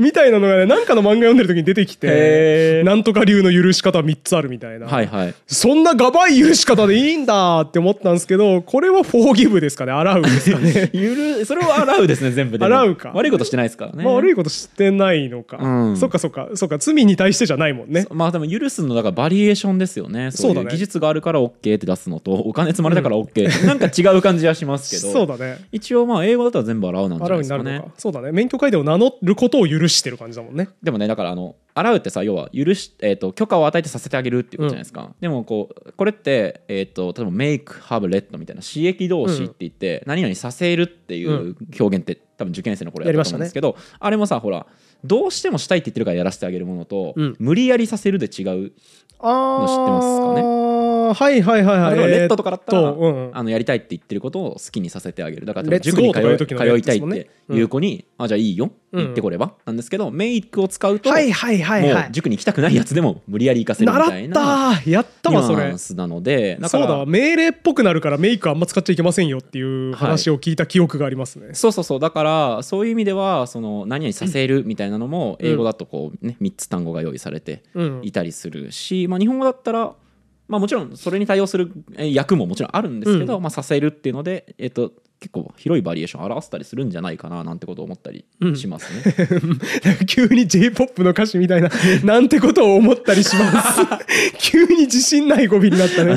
Speaker 2: みたいなのがねなんかの漫画読んでる時に出てき
Speaker 1: へ
Speaker 2: てなんとか流の許し方3つあるみたいな、
Speaker 1: はいはい
Speaker 2: そんながばい許し方でいいんだって思ったんですけどこれはフォーギブですかね洗うです かね
Speaker 1: ゆるそれは洗うですね全部でも
Speaker 2: 洗うか
Speaker 1: 悪いことしてないですからね
Speaker 2: まあ悪い
Speaker 1: い
Speaker 2: ことしてないのか、
Speaker 1: うん
Speaker 2: そっかそっかそっか罪に対してじゃないもんね
Speaker 1: まあでも許すのだからバリエーションですよねそうい
Speaker 2: そう
Speaker 1: う
Speaker 2: だね
Speaker 1: 技術があるから OK って出すのとお金積まれたから OK ってなんか違う感じはしますけ
Speaker 2: そ
Speaker 1: ど
Speaker 2: うだね
Speaker 1: 一応まあ英語だったら全部洗うなんじゃな
Speaker 2: 洗
Speaker 1: いうで
Speaker 2: に
Speaker 1: す
Speaker 2: な
Speaker 1: か
Speaker 2: るの
Speaker 1: ね
Speaker 2: かそうだね免許改伝を名乗ることを許してる感じだもんね
Speaker 1: でもねだからあの洗うってさ要は許し、えー、と許可を与えてさせてあげるっていうことじゃないですか、でもこうこれって、えー、と例えば「make have let」みたいな刺激動詞って言って、何々させるっていう表現って、多分受験生の頃やったと思うんですけど、あれもさほらどうしてもしたいって言ってるからやらせてあげるものと、
Speaker 2: うん
Speaker 1: 無理やりさせるで違う
Speaker 2: ああ
Speaker 1: 知ってますかね
Speaker 2: はいはいはいは
Speaker 1: 例
Speaker 2: い
Speaker 1: えばレッド
Speaker 2: えー
Speaker 1: とかだったら、
Speaker 2: うんうん
Speaker 1: あのやりたいって言ってることを好きにさせてあげるだから
Speaker 2: レ
Speaker 1: 例えば
Speaker 2: ッツ
Speaker 1: 塾に通
Speaker 2: ゴー
Speaker 1: い
Speaker 2: とかいう時の
Speaker 1: 通いたいっ
Speaker 2: レッツもね
Speaker 1: ていう子に、あじゃあいいよ
Speaker 2: うん
Speaker 1: 行ってこれば、なんですけどメイクを使うと、
Speaker 2: はいはいはいは
Speaker 1: もう
Speaker 2: い
Speaker 1: 塾に行きたくないやつでも無理やり行かせるみた
Speaker 2: 習
Speaker 1: い
Speaker 2: っ
Speaker 1: な
Speaker 2: たやった
Speaker 1: ニ
Speaker 2: わそ
Speaker 1: ュア
Speaker 2: れ
Speaker 1: ンスなのでだか
Speaker 2: そう
Speaker 1: ら
Speaker 2: だわ命令っぽくなるからメイクあんま使っちゃいけませんよっていう話を聞いた記憶がありますね、
Speaker 1: そうそうそうだからそういう意味ではその何々させるみたいなのも英語だとこうね3つ単語が用意されて
Speaker 2: うん
Speaker 1: いたりするし、まあ、日本語だったら、まあ、もちろんそれに対応するえー訳ももちろんあるんですけど、まあ、させるっていうので、えっと結構広いバリエーションを表せたりするんじゃないかななんてことを思ったりしますね。
Speaker 2: 急に J-POP の歌詞みたいな、なんてことを思ったりします。急に自信ない語尾になったね。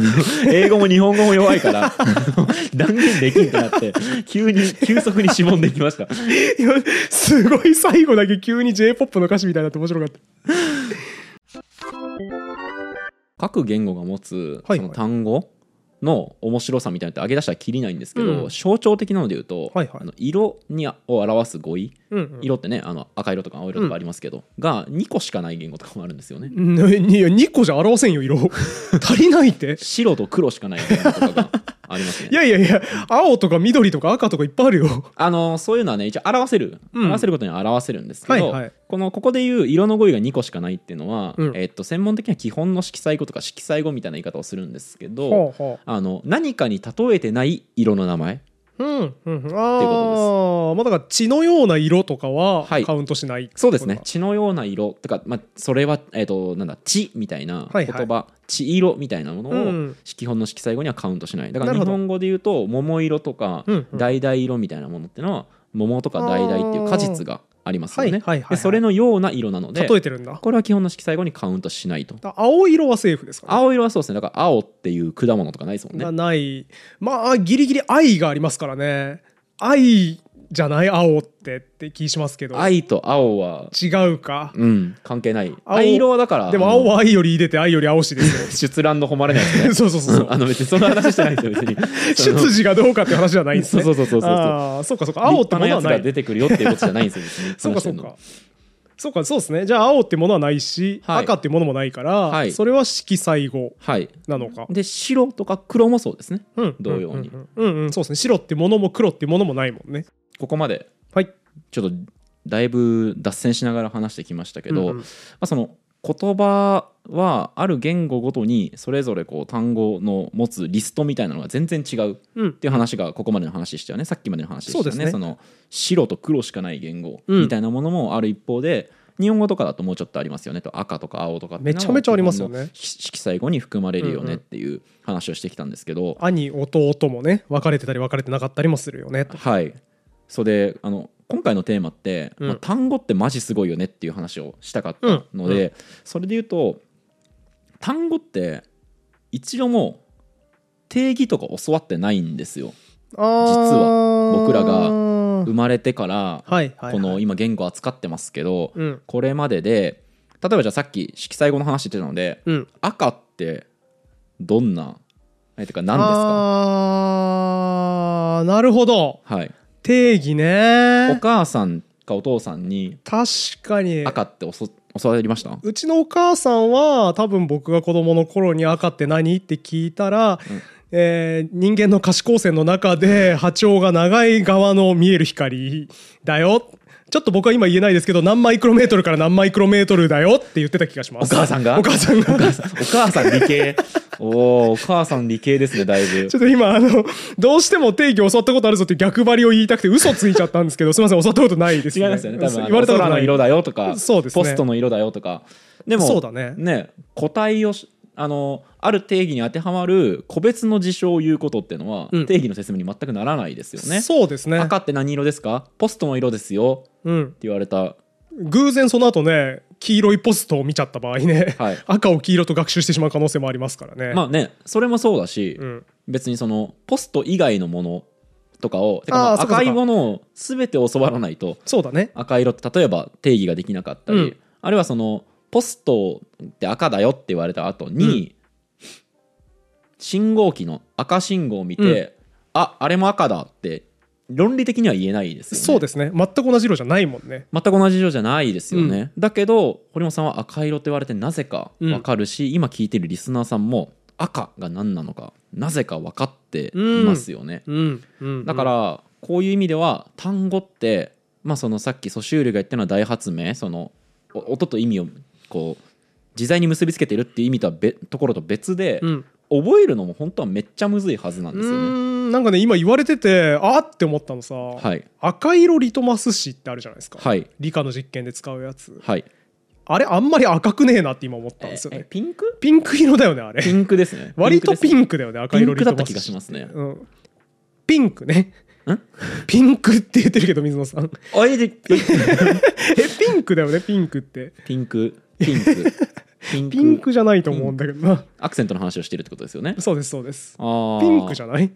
Speaker 1: 英語も日本語も弱いから 断言できんくなって急に急速にしぼんできました。
Speaker 2: いやすごい最後だけ急に J-POP の歌詞みたいになって面白かった。
Speaker 1: 各言語が持つ
Speaker 2: はいはい
Speaker 1: その単語の面白さみたいなのって上げ出したらきりないんですけど、
Speaker 2: うん
Speaker 1: 象徴的なので言うと、
Speaker 2: はいはい
Speaker 1: あの色にあを表す語彙、
Speaker 2: うんうん
Speaker 1: 色ってねあの赤色とか青色とかありますけど、が2個しかない言語とかもあるんですよね。
Speaker 2: うんいや、2個じゃ表せんよ、色。足りないって。
Speaker 1: 白と黒しかない言語とかがありますね。
Speaker 2: いやいやいや、青とか緑とか赤とかいっぱいあるよ。
Speaker 1: あのそういうのはね一応表せる、
Speaker 2: うん
Speaker 1: 表せることには表せるんですけど、
Speaker 2: はいはい
Speaker 1: このここでいう色の語彙が2個しかないっていうのは、
Speaker 2: うん
Speaker 1: えっと専門的には基本の色彩語とか色彩語みたいな言い方をするんですけど、
Speaker 2: はあは
Speaker 1: あの何かに例えてない色の名前
Speaker 2: うん、うん、うん。
Speaker 1: と
Speaker 2: ああ、まあだから血のような色とかは
Speaker 1: はい
Speaker 2: カウントしない、
Speaker 1: そうですね。血のような色とか、まあ、それは、えっとなんだ血みたいな
Speaker 2: はい
Speaker 1: 言葉、
Speaker 2: はい
Speaker 1: 血色みたいなものを、
Speaker 2: うん
Speaker 1: 基本の色彩語にはカウントしないだから
Speaker 2: な
Speaker 1: 日
Speaker 2: るほど
Speaker 1: 本語で言うと桃色とか
Speaker 2: うんうん
Speaker 1: 橙、色みたいなものってのは桃とか橙っていう果実がありますよね、
Speaker 2: はいはいはいはい
Speaker 1: でそれのような色なので
Speaker 2: 例えてるんだ。だか
Speaker 1: これは基本の色彩語にカウントしないと
Speaker 2: ら青色はセーフですかね
Speaker 1: 青色はそうですねだから青っていう果物とかないですもんね
Speaker 2: がない、まあギリギリ愛がありますからね愛じゃない青ってって気しますけど違
Speaker 1: 愛と青は
Speaker 2: うか、
Speaker 1: うん関係ない
Speaker 2: 青
Speaker 1: 藍色はだから
Speaker 2: でも青
Speaker 1: は
Speaker 2: は愛よりいでて愛より青しですよ
Speaker 1: 出卵の誉れないですね
Speaker 2: そうそう そうそう
Speaker 1: あの別にその話してないですよ別 にその
Speaker 2: 出自がどうかって話じゃないんですね
Speaker 1: そうそうそうそうそう
Speaker 2: あーそうかそうか青って
Speaker 1: 立
Speaker 2: ものは
Speaker 1: 派な
Speaker 2: な
Speaker 1: やつが出
Speaker 2: い
Speaker 1: てくるよっていうことじゃないんですよ別に
Speaker 2: そうか
Speaker 1: 話して
Speaker 2: そうん
Speaker 1: の
Speaker 2: かそうかそうですねじゃあ青ってものはないし、
Speaker 1: はい
Speaker 2: 赤ってものもないから、
Speaker 1: はい
Speaker 2: それは色彩語
Speaker 1: はい
Speaker 2: なのか、
Speaker 1: で白とか黒もそうですね
Speaker 2: うん、
Speaker 1: 同様に
Speaker 2: うんうん、うんうんそうですね白ってものも黒ってものもないもんね
Speaker 1: ここまで
Speaker 2: はい
Speaker 1: ちょっとだいぶ脱線しながら話してきましたけど、
Speaker 2: うんうん
Speaker 1: まあ、その言葉はある言語ごとにそれぞれこう単語の持つリストみたいなのが全然違うっ
Speaker 2: うん
Speaker 1: ていう話がここまでの話でしたよねさっきまでの話でしたよ
Speaker 2: そうですね
Speaker 1: その白と黒しかない言語
Speaker 2: うん
Speaker 1: みたいなものもある一方で、日本語とかだともうちょっとありますよねと赤とか青とかっていうの
Speaker 2: め
Speaker 1: は
Speaker 2: ちゃめちゃありますよね
Speaker 1: 日本の色彩語に含まれるよ
Speaker 2: うんう
Speaker 1: ね
Speaker 2: ん
Speaker 1: っていう話をしてきたんですけど、
Speaker 2: 兄弟もね別れてたり別れてなかったりもするよねと
Speaker 1: はいそれであの今回のテーマって、
Speaker 2: うん
Speaker 1: まあ単語ってマジすごいよねっていう話をしたかった
Speaker 2: うん
Speaker 1: ので、それで言うと単語って一度も定義とか教わってないんですよ
Speaker 2: 実は
Speaker 1: 僕らが
Speaker 2: は
Speaker 1: 生まれてから
Speaker 2: いはいはい
Speaker 1: この今言語扱ってますけど
Speaker 2: うん
Speaker 1: これまでで例えばじゃあさっき色彩語の話してたので
Speaker 2: うん
Speaker 1: 赤ってどんなえてか何ですか
Speaker 2: あーなるほど
Speaker 1: はい
Speaker 2: 定義
Speaker 1: お
Speaker 2: ね
Speaker 1: 母さんかお父さんに
Speaker 2: 確かに
Speaker 1: 赤って教教わりました
Speaker 2: うちのお母さんは多分僕が子供の頃に赤って何って聞いたら、
Speaker 1: うん
Speaker 2: えー人間の可視光線の中で 波長が長い側の見える光だよちょっと僕は今言えないですけど何マイクロメートルから何マイクロメートルだよって言ってた気がしま
Speaker 1: お
Speaker 2: す
Speaker 1: 母さんが
Speaker 2: お母さんが
Speaker 1: お母さん理系 おーお母さん理系ですねだいぶ
Speaker 2: ちょっと今あのどうしても定義教わったことあるぞって逆張りを言いたくて嘘ついちゃったんですけどすみません教わったことないです
Speaker 1: 違い
Speaker 2: ね
Speaker 1: ますよね多分
Speaker 2: 言われたこ
Speaker 1: お
Speaker 2: と
Speaker 1: 空
Speaker 2: な
Speaker 1: の
Speaker 2: い
Speaker 1: 色だよとか
Speaker 2: そうですね
Speaker 1: ポストの色だよとかでも
Speaker 2: そうだね
Speaker 1: 個体をしあのある定義に当てはまる個別の事象を言うことってのは、
Speaker 2: うん
Speaker 1: 定義の説明に全くならないですよね
Speaker 2: そうですね
Speaker 1: 赤って何色ですかポストの色ですよって
Speaker 2: うん
Speaker 1: 言われた
Speaker 2: 偶然その後ね黄色いポストを見ちゃった場合ね、
Speaker 1: はい
Speaker 2: 赤を黄色と学習してしまう可能性もありますからね、
Speaker 1: まあねそれもそうだし、
Speaker 2: うん、
Speaker 1: 別にそのポスト以外のものとかをてかまあ
Speaker 2: あーそっかそっ
Speaker 1: 赤
Speaker 2: か
Speaker 1: いものを全て教わらないと
Speaker 2: そうだね
Speaker 1: 赤色って例えば定義ができなかったり、
Speaker 2: うん
Speaker 1: あるいはそのポストって赤だよって言われた後に、信号機の赤信号を見て、
Speaker 2: うん
Speaker 1: ああれも赤だって論理的には言えないですよね。
Speaker 2: そうですね全く同じ色じゃないもんね
Speaker 1: 全く同じ色じゃないですよね、だけど堀本さんは赤色って言われてなぜか分かるし、今聞いてるリスナーさんも赤が何なのかなぜか分かっていますよね。
Speaker 2: うん、うん、
Speaker 1: だからこういう意味では単語って、まあ、そのさっきソシュールが言ったのは大発明そのお音と意味をこう自在に結びつけてるっていう意味とはべところと別で、
Speaker 2: うん
Speaker 1: 覚えるのも本当はめっちゃむずいはずなん
Speaker 2: う
Speaker 1: ですよね。
Speaker 2: んなんかね今言われててあーって思ったのさ、
Speaker 1: はい
Speaker 2: 赤色リトマス紙ってあるじゃないですか、
Speaker 1: はい
Speaker 2: 理科の実験で使うやつ
Speaker 1: はい、
Speaker 2: あれあんまり赤くねえなって今思ったんですよ
Speaker 1: ええ
Speaker 2: ね
Speaker 1: ピンク
Speaker 2: ピンク色だよねあ
Speaker 1: ピ
Speaker 2: れ
Speaker 1: ンクですね。
Speaker 2: 割とピ
Speaker 1: ク
Speaker 2: ンクだよね赤色
Speaker 1: ピンク
Speaker 2: リトマス紙
Speaker 1: だった気がしますね
Speaker 2: うん、ピンクね
Speaker 1: ん
Speaker 2: ピンクって言ってるけど水野さん
Speaker 1: ですね。あいでピンク
Speaker 2: えピンクだよねピンクって
Speaker 1: ピンクピンクピンク
Speaker 2: ピンクじゃないと思うんだけどな
Speaker 1: アクセントの話をしてるってことですよね。
Speaker 2: そうですそうです
Speaker 1: あ
Speaker 2: ピンクじ
Speaker 1: ゃ
Speaker 2: ゃない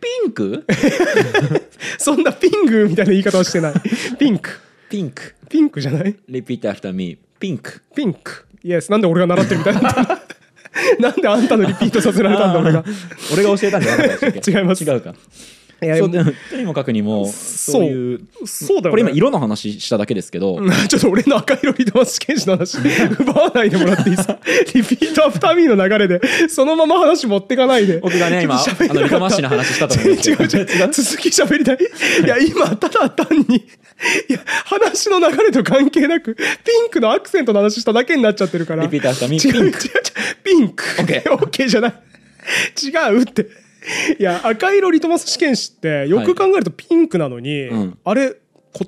Speaker 1: ピンク
Speaker 2: そんなピンクみたいな言い方 はしてないピンク
Speaker 1: ピンク
Speaker 2: ピンクじゃない
Speaker 1: Repeat after me ピンク
Speaker 2: ピンクイエスなんで俺が習ってるみたいになった のなんであんたのリピートさせられたんだ俺が
Speaker 1: 俺が教えたんじゃなかったっけ
Speaker 2: 違います
Speaker 1: 違うか
Speaker 2: いや
Speaker 1: そうでもとにもかくにもそういう
Speaker 2: そうだよね
Speaker 1: これ今色の話しただけですけど、
Speaker 2: うん ちょっと俺の赤色リトマス試験紙の話 奪わないでもらっていいですかリピートアフターミーの流れでそのまま話持ってかないで
Speaker 1: 僕がね今あ
Speaker 2: ちょっと喋り
Speaker 1: の
Speaker 2: た
Speaker 1: リト
Speaker 2: かった
Speaker 1: マッシュの話したと思
Speaker 2: 違
Speaker 1: う
Speaker 2: うん
Speaker 1: です
Speaker 2: 違う
Speaker 1: けど
Speaker 2: 違う 続き喋りたいいや今ただ単にいや話の流れと関係なくピンクのアクセントの話しただけになっちゃってるから
Speaker 1: リピートアフターミー
Speaker 2: 違う
Speaker 1: ピン
Speaker 2: 違う違うピンク
Speaker 1: オッケー
Speaker 2: オッケーじゃない違うっていや赤色リトマス試験紙ってよく考えるとピンクなのに、
Speaker 1: うん
Speaker 2: あれ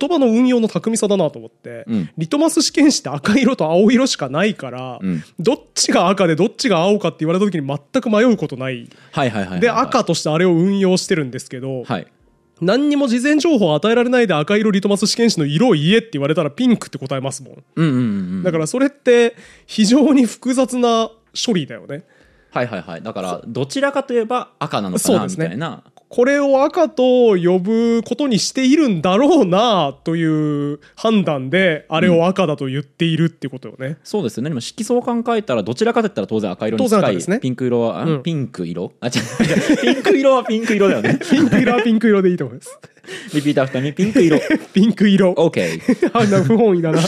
Speaker 2: 言葉の運用の巧みさだなと思って、
Speaker 1: うん
Speaker 2: リトマス試験紙って赤色と青色しかないから、
Speaker 1: うん
Speaker 2: どっちが赤でどっちが青かって言われた時に全く迷うことない
Speaker 1: はいはいはいはい
Speaker 2: で赤としてあれを運用してるんですけど、
Speaker 1: はい
Speaker 2: 何にも事前情報を与えられないで赤色リトマス試験紙の色を言えって言われたらピンクって答えますもん、
Speaker 1: うんうんうんうん
Speaker 2: だからそれって非常に複雑な処理だよね
Speaker 1: はいはいはいだからどちらかといえば赤なのか
Speaker 2: そう
Speaker 1: な
Speaker 2: で
Speaker 1: み
Speaker 2: すね
Speaker 1: たいな
Speaker 2: これを赤と呼ぶことにしているんだろうなという判断であれを赤だと言っているってことよね、
Speaker 1: そうですよねでも色相関変えたらどちらかといったら当然赤色に
Speaker 2: 当然
Speaker 1: 近
Speaker 2: 赤
Speaker 1: い
Speaker 2: ですね
Speaker 1: ピンク色は、あ
Speaker 2: うん
Speaker 1: ピンク色あ違う 違うピンク色はピンク色だよね
Speaker 2: ピンク色はピンク色でいいと思い ます
Speaker 1: リピートアフターミーピンク色
Speaker 2: ピンク色
Speaker 1: OK
Speaker 2: あんな不本意だ な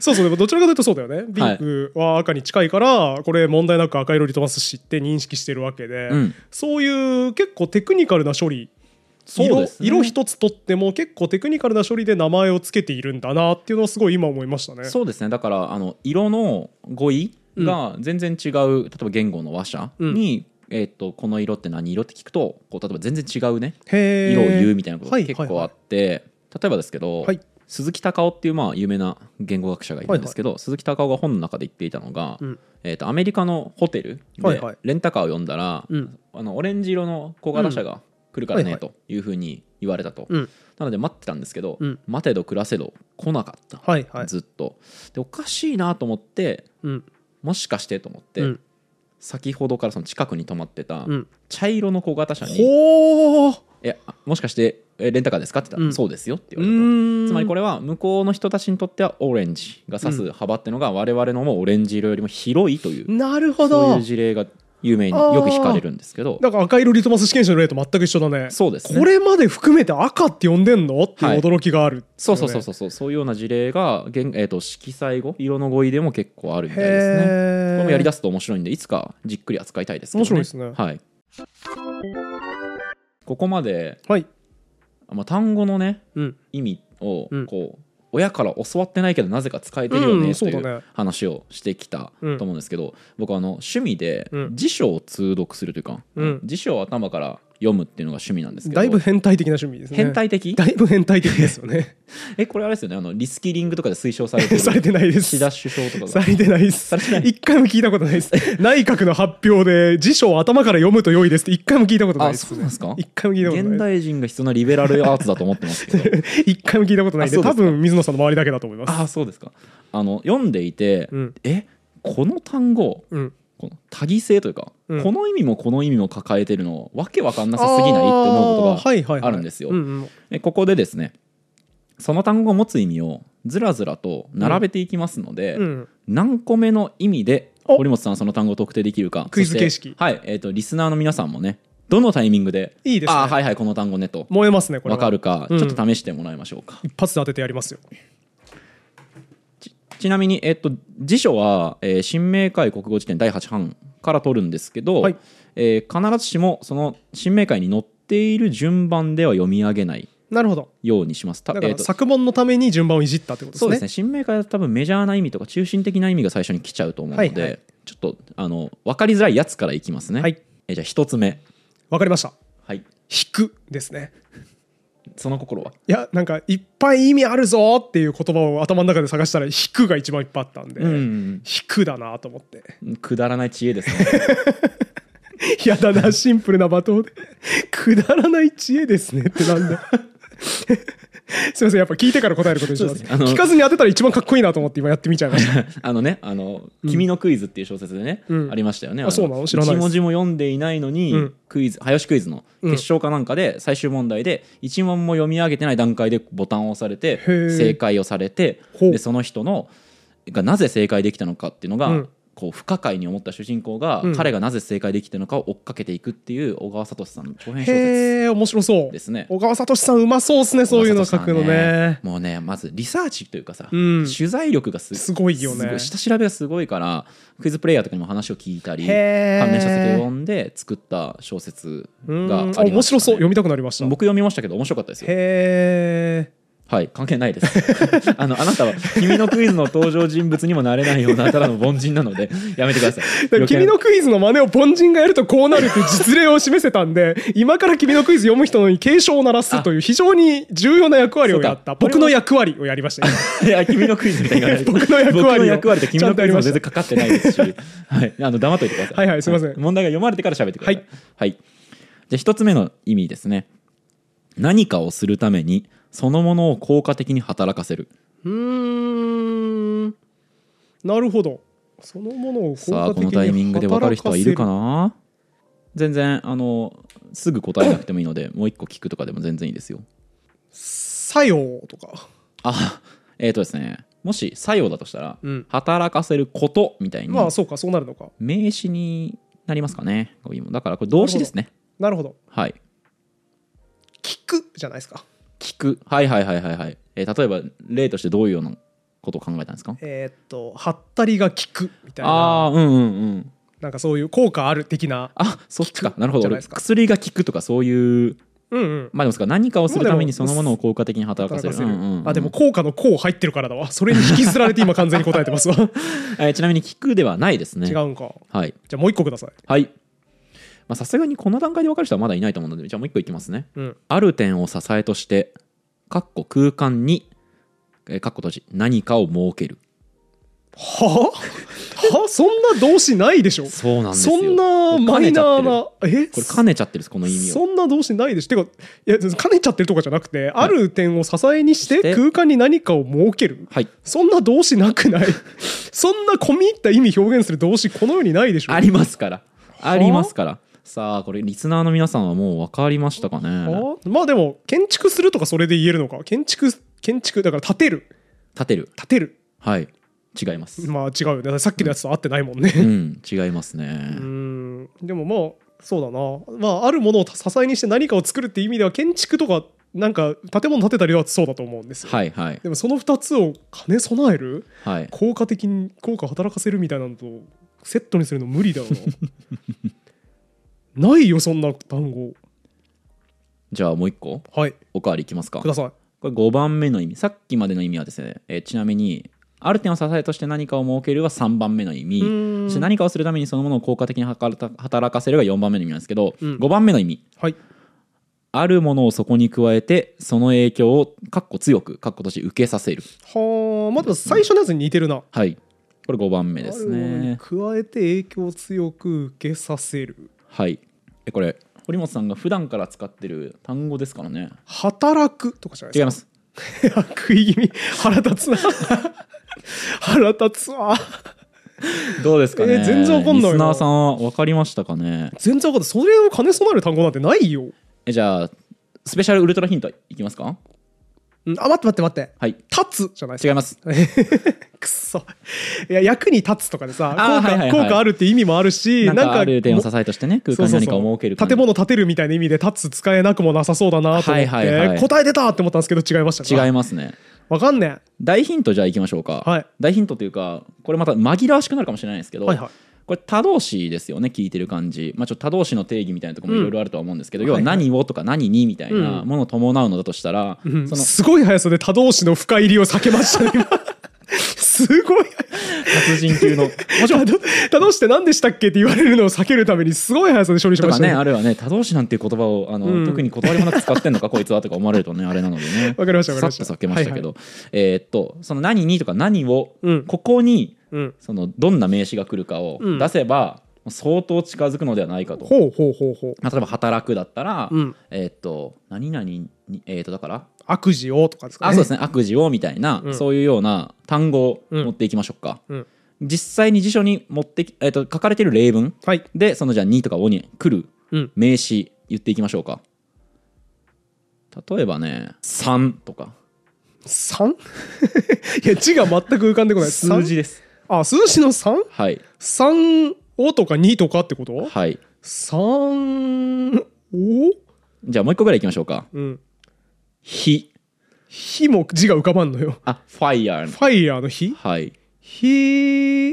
Speaker 2: そうそうでもどちらかというとそうだよねピンクは赤に近いからこれ問題なく赤色リトマス紙って認識してるわけで、
Speaker 1: うん
Speaker 2: そういう結構テクニカルな処理
Speaker 1: そうですね
Speaker 2: 色色一つとっても結構テクニカルな処理で名前をつけているんだなっていうのはすごい今思いましたね。
Speaker 1: そうですねだからあの色の語彙が全然違う、例えば言語の話者に、えー、とこの色って何色って聞くとこう例えば全然違うね
Speaker 2: へー
Speaker 1: 色を言うみたいなことが
Speaker 2: はい
Speaker 1: 結構あって、例えばですけど、
Speaker 2: はい
Speaker 1: 鈴木隆夫っていうまあ有名な言語学者がいるんですけど、鈴木隆夫が本の中で言っていたのが、
Speaker 2: うん
Speaker 1: えー、とアメリカのホテル
Speaker 2: はい
Speaker 1: で
Speaker 2: はい
Speaker 1: レンタカーを呼んだら、
Speaker 2: うん
Speaker 1: あのオレンジ色の小型車が来るからね、
Speaker 2: はいは
Speaker 1: というふうに言われたと、
Speaker 2: うん
Speaker 1: なので待ってたんですけど、
Speaker 2: うん
Speaker 1: 待てど暮らせど来なかった、
Speaker 2: はいはい。
Speaker 1: ずっとでおかしいなと思って
Speaker 2: うん
Speaker 1: もしかしてと思って、
Speaker 2: うん
Speaker 1: 先ほどからその近くに止まってた
Speaker 2: うん
Speaker 1: 茶色の小型車に
Speaker 2: ほー
Speaker 1: 「えあもしかしてえレンタカーですか?」って言ったら「
Speaker 2: うん
Speaker 1: そうですよ」って
Speaker 2: う
Speaker 1: 言われたと
Speaker 2: ーん
Speaker 1: つまりこ
Speaker 2: れ
Speaker 1: れは向こうの人たちにとってはオレンジが指す幅っていうのが我々のもオレンジ色よりも広いという、
Speaker 2: なるほ
Speaker 1: そうい
Speaker 2: ど
Speaker 1: う事例が有名によく聞かれるんですけど
Speaker 2: なんか赤色リトマス試験紙の例と全く一緒だね。
Speaker 1: そうですね
Speaker 2: これまで含めて赤って呼んでんのっていう驚きがある、
Speaker 1: そうそうそうそうそうそういうような事例が、現えー、と色彩語色の語彙でも結構あるみたいですね。こ
Speaker 2: へ
Speaker 1: れ
Speaker 2: え。
Speaker 1: もやりだすと面白いんでいつかじっくり扱いたいですけど、ね、
Speaker 2: 面白いですね
Speaker 1: はいここまで、
Speaker 2: はい。
Speaker 1: まあ、単語のね
Speaker 2: うん。
Speaker 1: 意味を
Speaker 2: うん
Speaker 1: こう、親から教わってないけどなぜか使えてるよ
Speaker 2: う
Speaker 1: ね
Speaker 2: ん
Speaker 1: と
Speaker 2: そう
Speaker 1: い
Speaker 2: だね
Speaker 1: う話をしてきた
Speaker 2: うん
Speaker 1: と思うんですけど、僕あの趣味で
Speaker 2: うん
Speaker 1: 辞書を通読するというか、
Speaker 2: うん
Speaker 1: 辞書を頭から読むっていうのが趣味なんですけど
Speaker 2: だいぶ変態的な趣味ですね。
Speaker 1: 変態的
Speaker 2: だいぶ変態的です よね。
Speaker 1: えこれあれですよねあのリスキリングとかで推奨されてる
Speaker 2: されてないです。
Speaker 1: 岸田首相とか
Speaker 2: さ
Speaker 1: が
Speaker 2: れてないです
Speaker 1: されてな。い
Speaker 2: 一回も聞いたことない です。内閣の発表で辞書を頭から読むと良いですって一回も聞いたことない
Speaker 1: あ
Speaker 2: です
Speaker 1: そう。なんですか
Speaker 2: 一回も聞いたこと
Speaker 1: 現
Speaker 2: ない
Speaker 1: 代人が必要なリベラルアーツだと思ってますけど
Speaker 2: です。一回も聞いたことないんで、
Speaker 1: あそうで
Speaker 2: 多
Speaker 1: すか
Speaker 2: 分水野さんの周りだけだと思います。
Speaker 1: ああそうですかあの読んでいて、
Speaker 2: うん
Speaker 1: えこの単語
Speaker 2: うん。
Speaker 1: この多義性というか、
Speaker 2: うん
Speaker 1: この意味もこの意味も抱えてるのわけわかんなさすぎないって思うことが
Speaker 2: はいはいはい
Speaker 1: あるんですよ
Speaker 2: ううん
Speaker 1: えここでですねその単語を持つ意味をずらずらと並べていきますので、
Speaker 2: うん
Speaker 1: 何個目の意味で
Speaker 2: お
Speaker 1: 堀本さんはその単語を特定できるか
Speaker 2: クイズ形式
Speaker 1: そしてはいえー、とリスナーの皆さんもねどのタイミングで
Speaker 2: いいですね
Speaker 1: ああはいはいこの単語ねと
Speaker 2: 燃えますね、これ
Speaker 1: わ
Speaker 2: は。
Speaker 1: かるか
Speaker 2: うん
Speaker 1: ちょっと試してもらいましょうか、
Speaker 2: 一発で当ててやりますよ。
Speaker 1: ちなみに、えっと、辞書は、えー新明解国語辞典第8版から取るんですけど、
Speaker 2: はい
Speaker 1: えー必ずしもその新明解に載っている順番では読み上げない
Speaker 2: なるほど。
Speaker 1: ようにします。た
Speaker 2: だか
Speaker 1: えー
Speaker 2: ら
Speaker 1: と
Speaker 2: 作文のために順番をいじったってことですね。
Speaker 1: そうですね新明解だと多分メジャーな意味とか中心的な意味が最初に来ちゃうと思うので、
Speaker 2: はいはい
Speaker 1: ちょっとあの分かりづらいやつからいきますね。
Speaker 2: はい
Speaker 1: えーじゃあ1つ目、
Speaker 2: わかりました。
Speaker 1: はい、
Speaker 2: 引くですね。
Speaker 1: その心はい
Speaker 2: や、なんかいっぱい意味あるぞっていう言葉を頭の中で探したら、引くが一番いっぱいあったんで、
Speaker 1: う
Speaker 2: 引
Speaker 1: ん
Speaker 2: くだなと思って。
Speaker 1: くだらない知恵ですね。
Speaker 2: やだな、シンプルな罵倒で。くだらない知恵ですね ってなんだ。すいません、やっぱ聞いてから答えることにします。
Speaker 1: そうですねあの
Speaker 2: 聞かずに当てたら一番かっこいいなと思って今やってみちゃいま した。
Speaker 1: あのね、あの、君のクイズっていう小説でね、
Speaker 2: うん
Speaker 1: ありましたよね。
Speaker 2: あそうなの知らないで
Speaker 1: 一
Speaker 2: す
Speaker 1: 文字も読んでいないのに、
Speaker 2: うん
Speaker 1: クイズ、早押しクイズの
Speaker 2: うん
Speaker 1: 決勝かなんかで、最終問題で、一問も読み上げてない段階でボタンを押されて、
Speaker 2: ー
Speaker 1: 正解をされて、
Speaker 2: ほう
Speaker 1: で、その人の、がなぜ正解できたのかっていうのが、
Speaker 2: うん
Speaker 1: こう不可解に思った主人公が、
Speaker 2: うん
Speaker 1: 彼がなぜ正解できたのかを追っかけていくっていう小川聡さんの長編小説
Speaker 2: へえ、面白そう
Speaker 1: で。すね。
Speaker 2: 小川聡さんうまそうですね、そういうの書くの
Speaker 1: 小川聡さんは
Speaker 2: ね。
Speaker 1: もうねまずリサーチというかさ、
Speaker 2: うん
Speaker 1: 取材力がす
Speaker 2: すごいよね
Speaker 1: すごい下調べがすごいからクイズプレイヤーとかにも話を聞いたり関
Speaker 2: へー
Speaker 1: 連書籍を読んで作った小説
Speaker 2: うん
Speaker 1: がありました、
Speaker 2: あ
Speaker 1: ね、
Speaker 2: 面白そう読みたくなりました。
Speaker 1: 僕読みましたけど面白かったですよ
Speaker 2: へえ。
Speaker 1: はい関係ないです あのあなたは君のクイズの登場人物にもなれないようなただの凡人なのでやめてください
Speaker 2: だから君
Speaker 1: 余計
Speaker 2: のクイズの真似を凡人がやるとこうなるっていう実例を示せたん で今から君のクイズ読む人に警鐘を鳴らすという非常に重要な役割をやっ
Speaker 1: そ
Speaker 2: た
Speaker 1: うかこれは
Speaker 2: 僕の役割をやりました今
Speaker 1: いや君のクイズみたいに言わないで
Speaker 2: 僕の役割を
Speaker 1: 僕の役割と君のクイズも全
Speaker 2: ちゃ
Speaker 1: 然
Speaker 2: んとやりました
Speaker 1: かかってないですし、 はい、あの黙っといてください
Speaker 2: はいはいすいません
Speaker 1: 問題が読まれてから喋ってください
Speaker 2: はい、
Speaker 1: はいじゃあ一つ目の意味ですね何かをするためにそのものを効果的に働かせる
Speaker 2: うーんなるほどそのものを効果的に
Speaker 1: さあこのタイミングで分かる人はいるか
Speaker 2: な
Speaker 1: な全然あのすぐ答えなくてもいいのでもう一個聞くとかでも全然いいですよ
Speaker 2: 作用とか
Speaker 1: あえっ、とですねもし作用だとしたら、
Speaker 2: うん
Speaker 1: 働かせることみたいに
Speaker 2: まあそうかそうなるのか
Speaker 1: 名詞になりますかね語彙もだからこれ動詞ですね
Speaker 2: なるほど
Speaker 1: はい
Speaker 2: 聞くじゃないですか
Speaker 1: 聞くはいはいはいはいはい、えー例えば例としてどういうようなことを考えたんですか
Speaker 2: えーっとハッタリが効くみたいな
Speaker 1: ああーうんうんうん
Speaker 2: なんかそういう効果ある的な
Speaker 1: あそっちか
Speaker 2: 効く
Speaker 1: なるほど
Speaker 2: じゃない
Speaker 1: 俺
Speaker 2: ですか
Speaker 1: 薬が効くとかそういう
Speaker 2: うんうん
Speaker 1: まあでもそっか何かをするため
Speaker 2: まあで
Speaker 1: に
Speaker 2: も
Speaker 1: そのものを効果的に働かせる。
Speaker 2: 働かせる
Speaker 1: うんうんうん
Speaker 2: あでも効果の「効」入ってるからだわそれに引きずられて今完全に答えてますわ
Speaker 1: えーちなみに聞くではないですね。
Speaker 2: 違うんか
Speaker 1: はい。
Speaker 2: じゃあもう一個ください
Speaker 1: はい。まあさすがにこの段階で分かる人はまだいないと思うので、じゃあもう一個いきますね。
Speaker 2: うん
Speaker 1: ある点を支えとして、かっこ空間に、えー、かっこ閉じ、何かを設ける。
Speaker 2: はあはあそんな動詞ないでしょ
Speaker 1: そうなんですよ。
Speaker 2: そんなマイナーな
Speaker 1: こ
Speaker 2: え
Speaker 1: れ兼ねちゃってるんです、この意味を。
Speaker 2: そんな動詞ないでしょてかいや兼ねちゃってるとかじゃなくて、ある点を支えにし
Speaker 1: して
Speaker 2: て空間に何かを設ける
Speaker 1: はい。
Speaker 2: そんな動詞なくない そんな込み入った意味表現する動詞この世にないでしょ
Speaker 1: ありますから。ありますから。さあ、これ、リスナーの皆さんはもう分かりましたかね。
Speaker 2: あまあでも建築するとかそれで言えるのか建築建築だから建てる
Speaker 1: 立てる。
Speaker 2: 建てる
Speaker 1: はい。違います。
Speaker 2: まあ違うよねさっきのやつと合ってないもんね
Speaker 1: うん、違います
Speaker 2: う
Speaker 1: ね。
Speaker 2: んでもまあそうだな、まあ、あるものを支えにして何かを作るっていう意味では建築とかなんか建物建てたりはそうだと思うんですよ、
Speaker 1: はいはい
Speaker 2: でもその2つを兼ね備える
Speaker 1: はい。
Speaker 2: 効果的に効果働かせるみたいなのとセットにするの無理だよな ないよそんな単語
Speaker 1: じゃあもう一個
Speaker 2: はい
Speaker 1: おかわりいきますか。
Speaker 2: ください
Speaker 1: これ5番目の意味さっきまでの意味はですね、えーちなみにある点を支えとして何かを設けるは3番目の意味
Speaker 2: うーん
Speaker 1: そして何かをするためにそのものを効果的に働か働かせるが4番目の意味なんですけど、
Speaker 2: うん
Speaker 1: 5番目の意味
Speaker 2: はい
Speaker 1: あるものをそこに加えてその影響をかっこ強くかっことして受けさせる
Speaker 2: はあまだ最初のやつに似てるな
Speaker 1: はいこれ5番目です
Speaker 2: あ
Speaker 1: ね
Speaker 2: るものに加えて影響を強く受けさせる
Speaker 1: はいえこれ堀本さんが普段から使ってる単語ですからね
Speaker 2: 働くとかじゃない
Speaker 1: 違い
Speaker 2: で
Speaker 1: ます
Speaker 2: すか食い気味腹立つな腹立つわ
Speaker 1: どうですかね、
Speaker 2: えー全然わかんないな
Speaker 1: リスナーさんは分かりましたかね
Speaker 2: 全然分かんないそれを兼ね備える単語なんてないよ
Speaker 1: えじゃあスペシャルウルトラヒントいきますか
Speaker 2: うんあ待って待って待って
Speaker 1: はい
Speaker 2: 立つじゃないですか
Speaker 1: 違います
Speaker 2: くっそいや役に立つとかでさ
Speaker 1: あー
Speaker 2: 効果,、
Speaker 1: はいはいはい
Speaker 2: 効果あるって意味もあるし
Speaker 1: なんかある点を
Speaker 2: も
Speaker 1: 支えとしてね空間に
Speaker 2: そう
Speaker 1: 何
Speaker 2: そうそ
Speaker 1: か
Speaker 2: う
Speaker 1: を設ける感じ
Speaker 2: 建物建てるみたいな意味で立つ使えなくもなさそうだなと思って、
Speaker 1: はいはいはい
Speaker 2: 答え出たって思ったんですけど違いました
Speaker 1: 違
Speaker 2: い
Speaker 1: いますね
Speaker 2: わかんね
Speaker 1: 大ヒントじゃあいきましょうか、
Speaker 2: はい
Speaker 1: 大ヒントというかこれまた紛らわしくなるかもしれないんですけ
Speaker 2: え
Speaker 1: ど、
Speaker 2: はいはい
Speaker 1: これ他動詞ですよね聞いてる感じ、まあ、ちょっと他動詞の定義みたいなところも
Speaker 2: う
Speaker 1: いろ
Speaker 2: ん
Speaker 1: いろあるとは思うんですけど、
Speaker 2: はい
Speaker 1: 要
Speaker 2: は
Speaker 1: はい何をとか何にみたいなものを伴うのだとしたら、
Speaker 2: うん
Speaker 1: その
Speaker 2: すごい速さで他動詞の深入りを避けましたね 今すごい
Speaker 1: 達人級 のもちろん
Speaker 2: 他動他動詞って何でしたっけって言われるのを避けるためにすごい速さで処理し
Speaker 1: と
Speaker 2: ま
Speaker 1: か
Speaker 2: したね
Speaker 1: ねあるいはね他動詞なんていう言葉をあの、
Speaker 2: うん
Speaker 1: 特に断りもなく使ってんのかこいつはとか思われるとねあれなのでね
Speaker 2: わかりましたわかりました
Speaker 1: さっと避けましたけど、えーっとその何にとか何を、
Speaker 2: うん
Speaker 1: ここに
Speaker 2: うん
Speaker 1: そのどんな名詞が来るかを
Speaker 2: うん
Speaker 1: 出せば、相当近づくのではないかと。
Speaker 2: ほうほうほうほう
Speaker 1: まあ例えば働くだったら、
Speaker 2: うん
Speaker 1: えーっと何々にえーっとだから
Speaker 2: 悪事をとかですかね
Speaker 1: あそうですね悪事をみたいな、
Speaker 2: うん
Speaker 1: そういうような単語を
Speaker 2: うん
Speaker 1: 持っていきましょうか、
Speaker 2: うん
Speaker 1: 実際に辞書に持ってき、えーっと書かれてる例文
Speaker 2: はい
Speaker 1: でそのじゃあ「に」とか「お」に来る
Speaker 2: うん
Speaker 1: 名詞言っていきましょうか例えばね「3」とか
Speaker 2: 3? いや字が全く浮かんでこない
Speaker 1: 数字です
Speaker 2: あ、数字の 3?
Speaker 1: はい
Speaker 2: 3をとか2とかってこと
Speaker 1: はい
Speaker 2: 3を
Speaker 1: じゃあもう一個ぐらいいきましょうか
Speaker 2: うん。
Speaker 1: 「火
Speaker 2: 火も字が浮かばんのよ」。
Speaker 1: あ「ファイヤー
Speaker 2: ファイヤーの火」
Speaker 1: はい
Speaker 2: 火、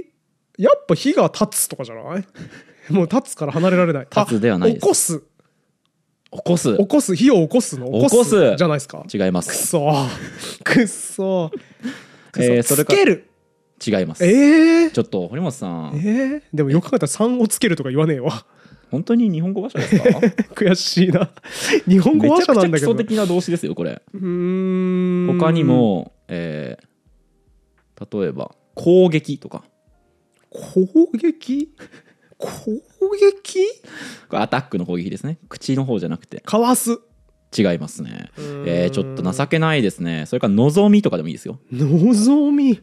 Speaker 2: やっぱ火が立つとかじゃない もう立つから離れられない。
Speaker 1: 立つではないです
Speaker 2: あ起こす。
Speaker 1: 起こす
Speaker 2: 起こす。火を起こすの
Speaker 1: 起こす
Speaker 2: じゃないですか。
Speaker 1: 違いま
Speaker 2: く
Speaker 1: す
Speaker 2: そくっそく
Speaker 1: えーそ
Speaker 2: そ
Speaker 1: れ
Speaker 2: つ
Speaker 1: か
Speaker 2: ける
Speaker 1: 違います
Speaker 2: えー
Speaker 1: ちょっと堀本さ
Speaker 2: え
Speaker 1: ん
Speaker 2: ー、でもよく考えたら3をつけるとか言わねえわ
Speaker 1: 本当に日本語話者ですか
Speaker 2: 悔しいな日本語
Speaker 1: めち
Speaker 2: 話
Speaker 1: ゃく
Speaker 2: 者な
Speaker 1: ちゃ
Speaker 2: んだ
Speaker 1: 基
Speaker 2: けど
Speaker 1: 礎的な動詞ですよこれ
Speaker 2: うーん
Speaker 1: 他にもえー例えば「攻撃」とか
Speaker 2: 攻撃攻撃
Speaker 1: これアタックの攻撃ですね口の方じゃなくて
Speaker 2: かわす
Speaker 1: 違いますね
Speaker 2: ーん
Speaker 1: えー、ちょっと情けないですねそれから望みとかでもいいですよ
Speaker 2: 望み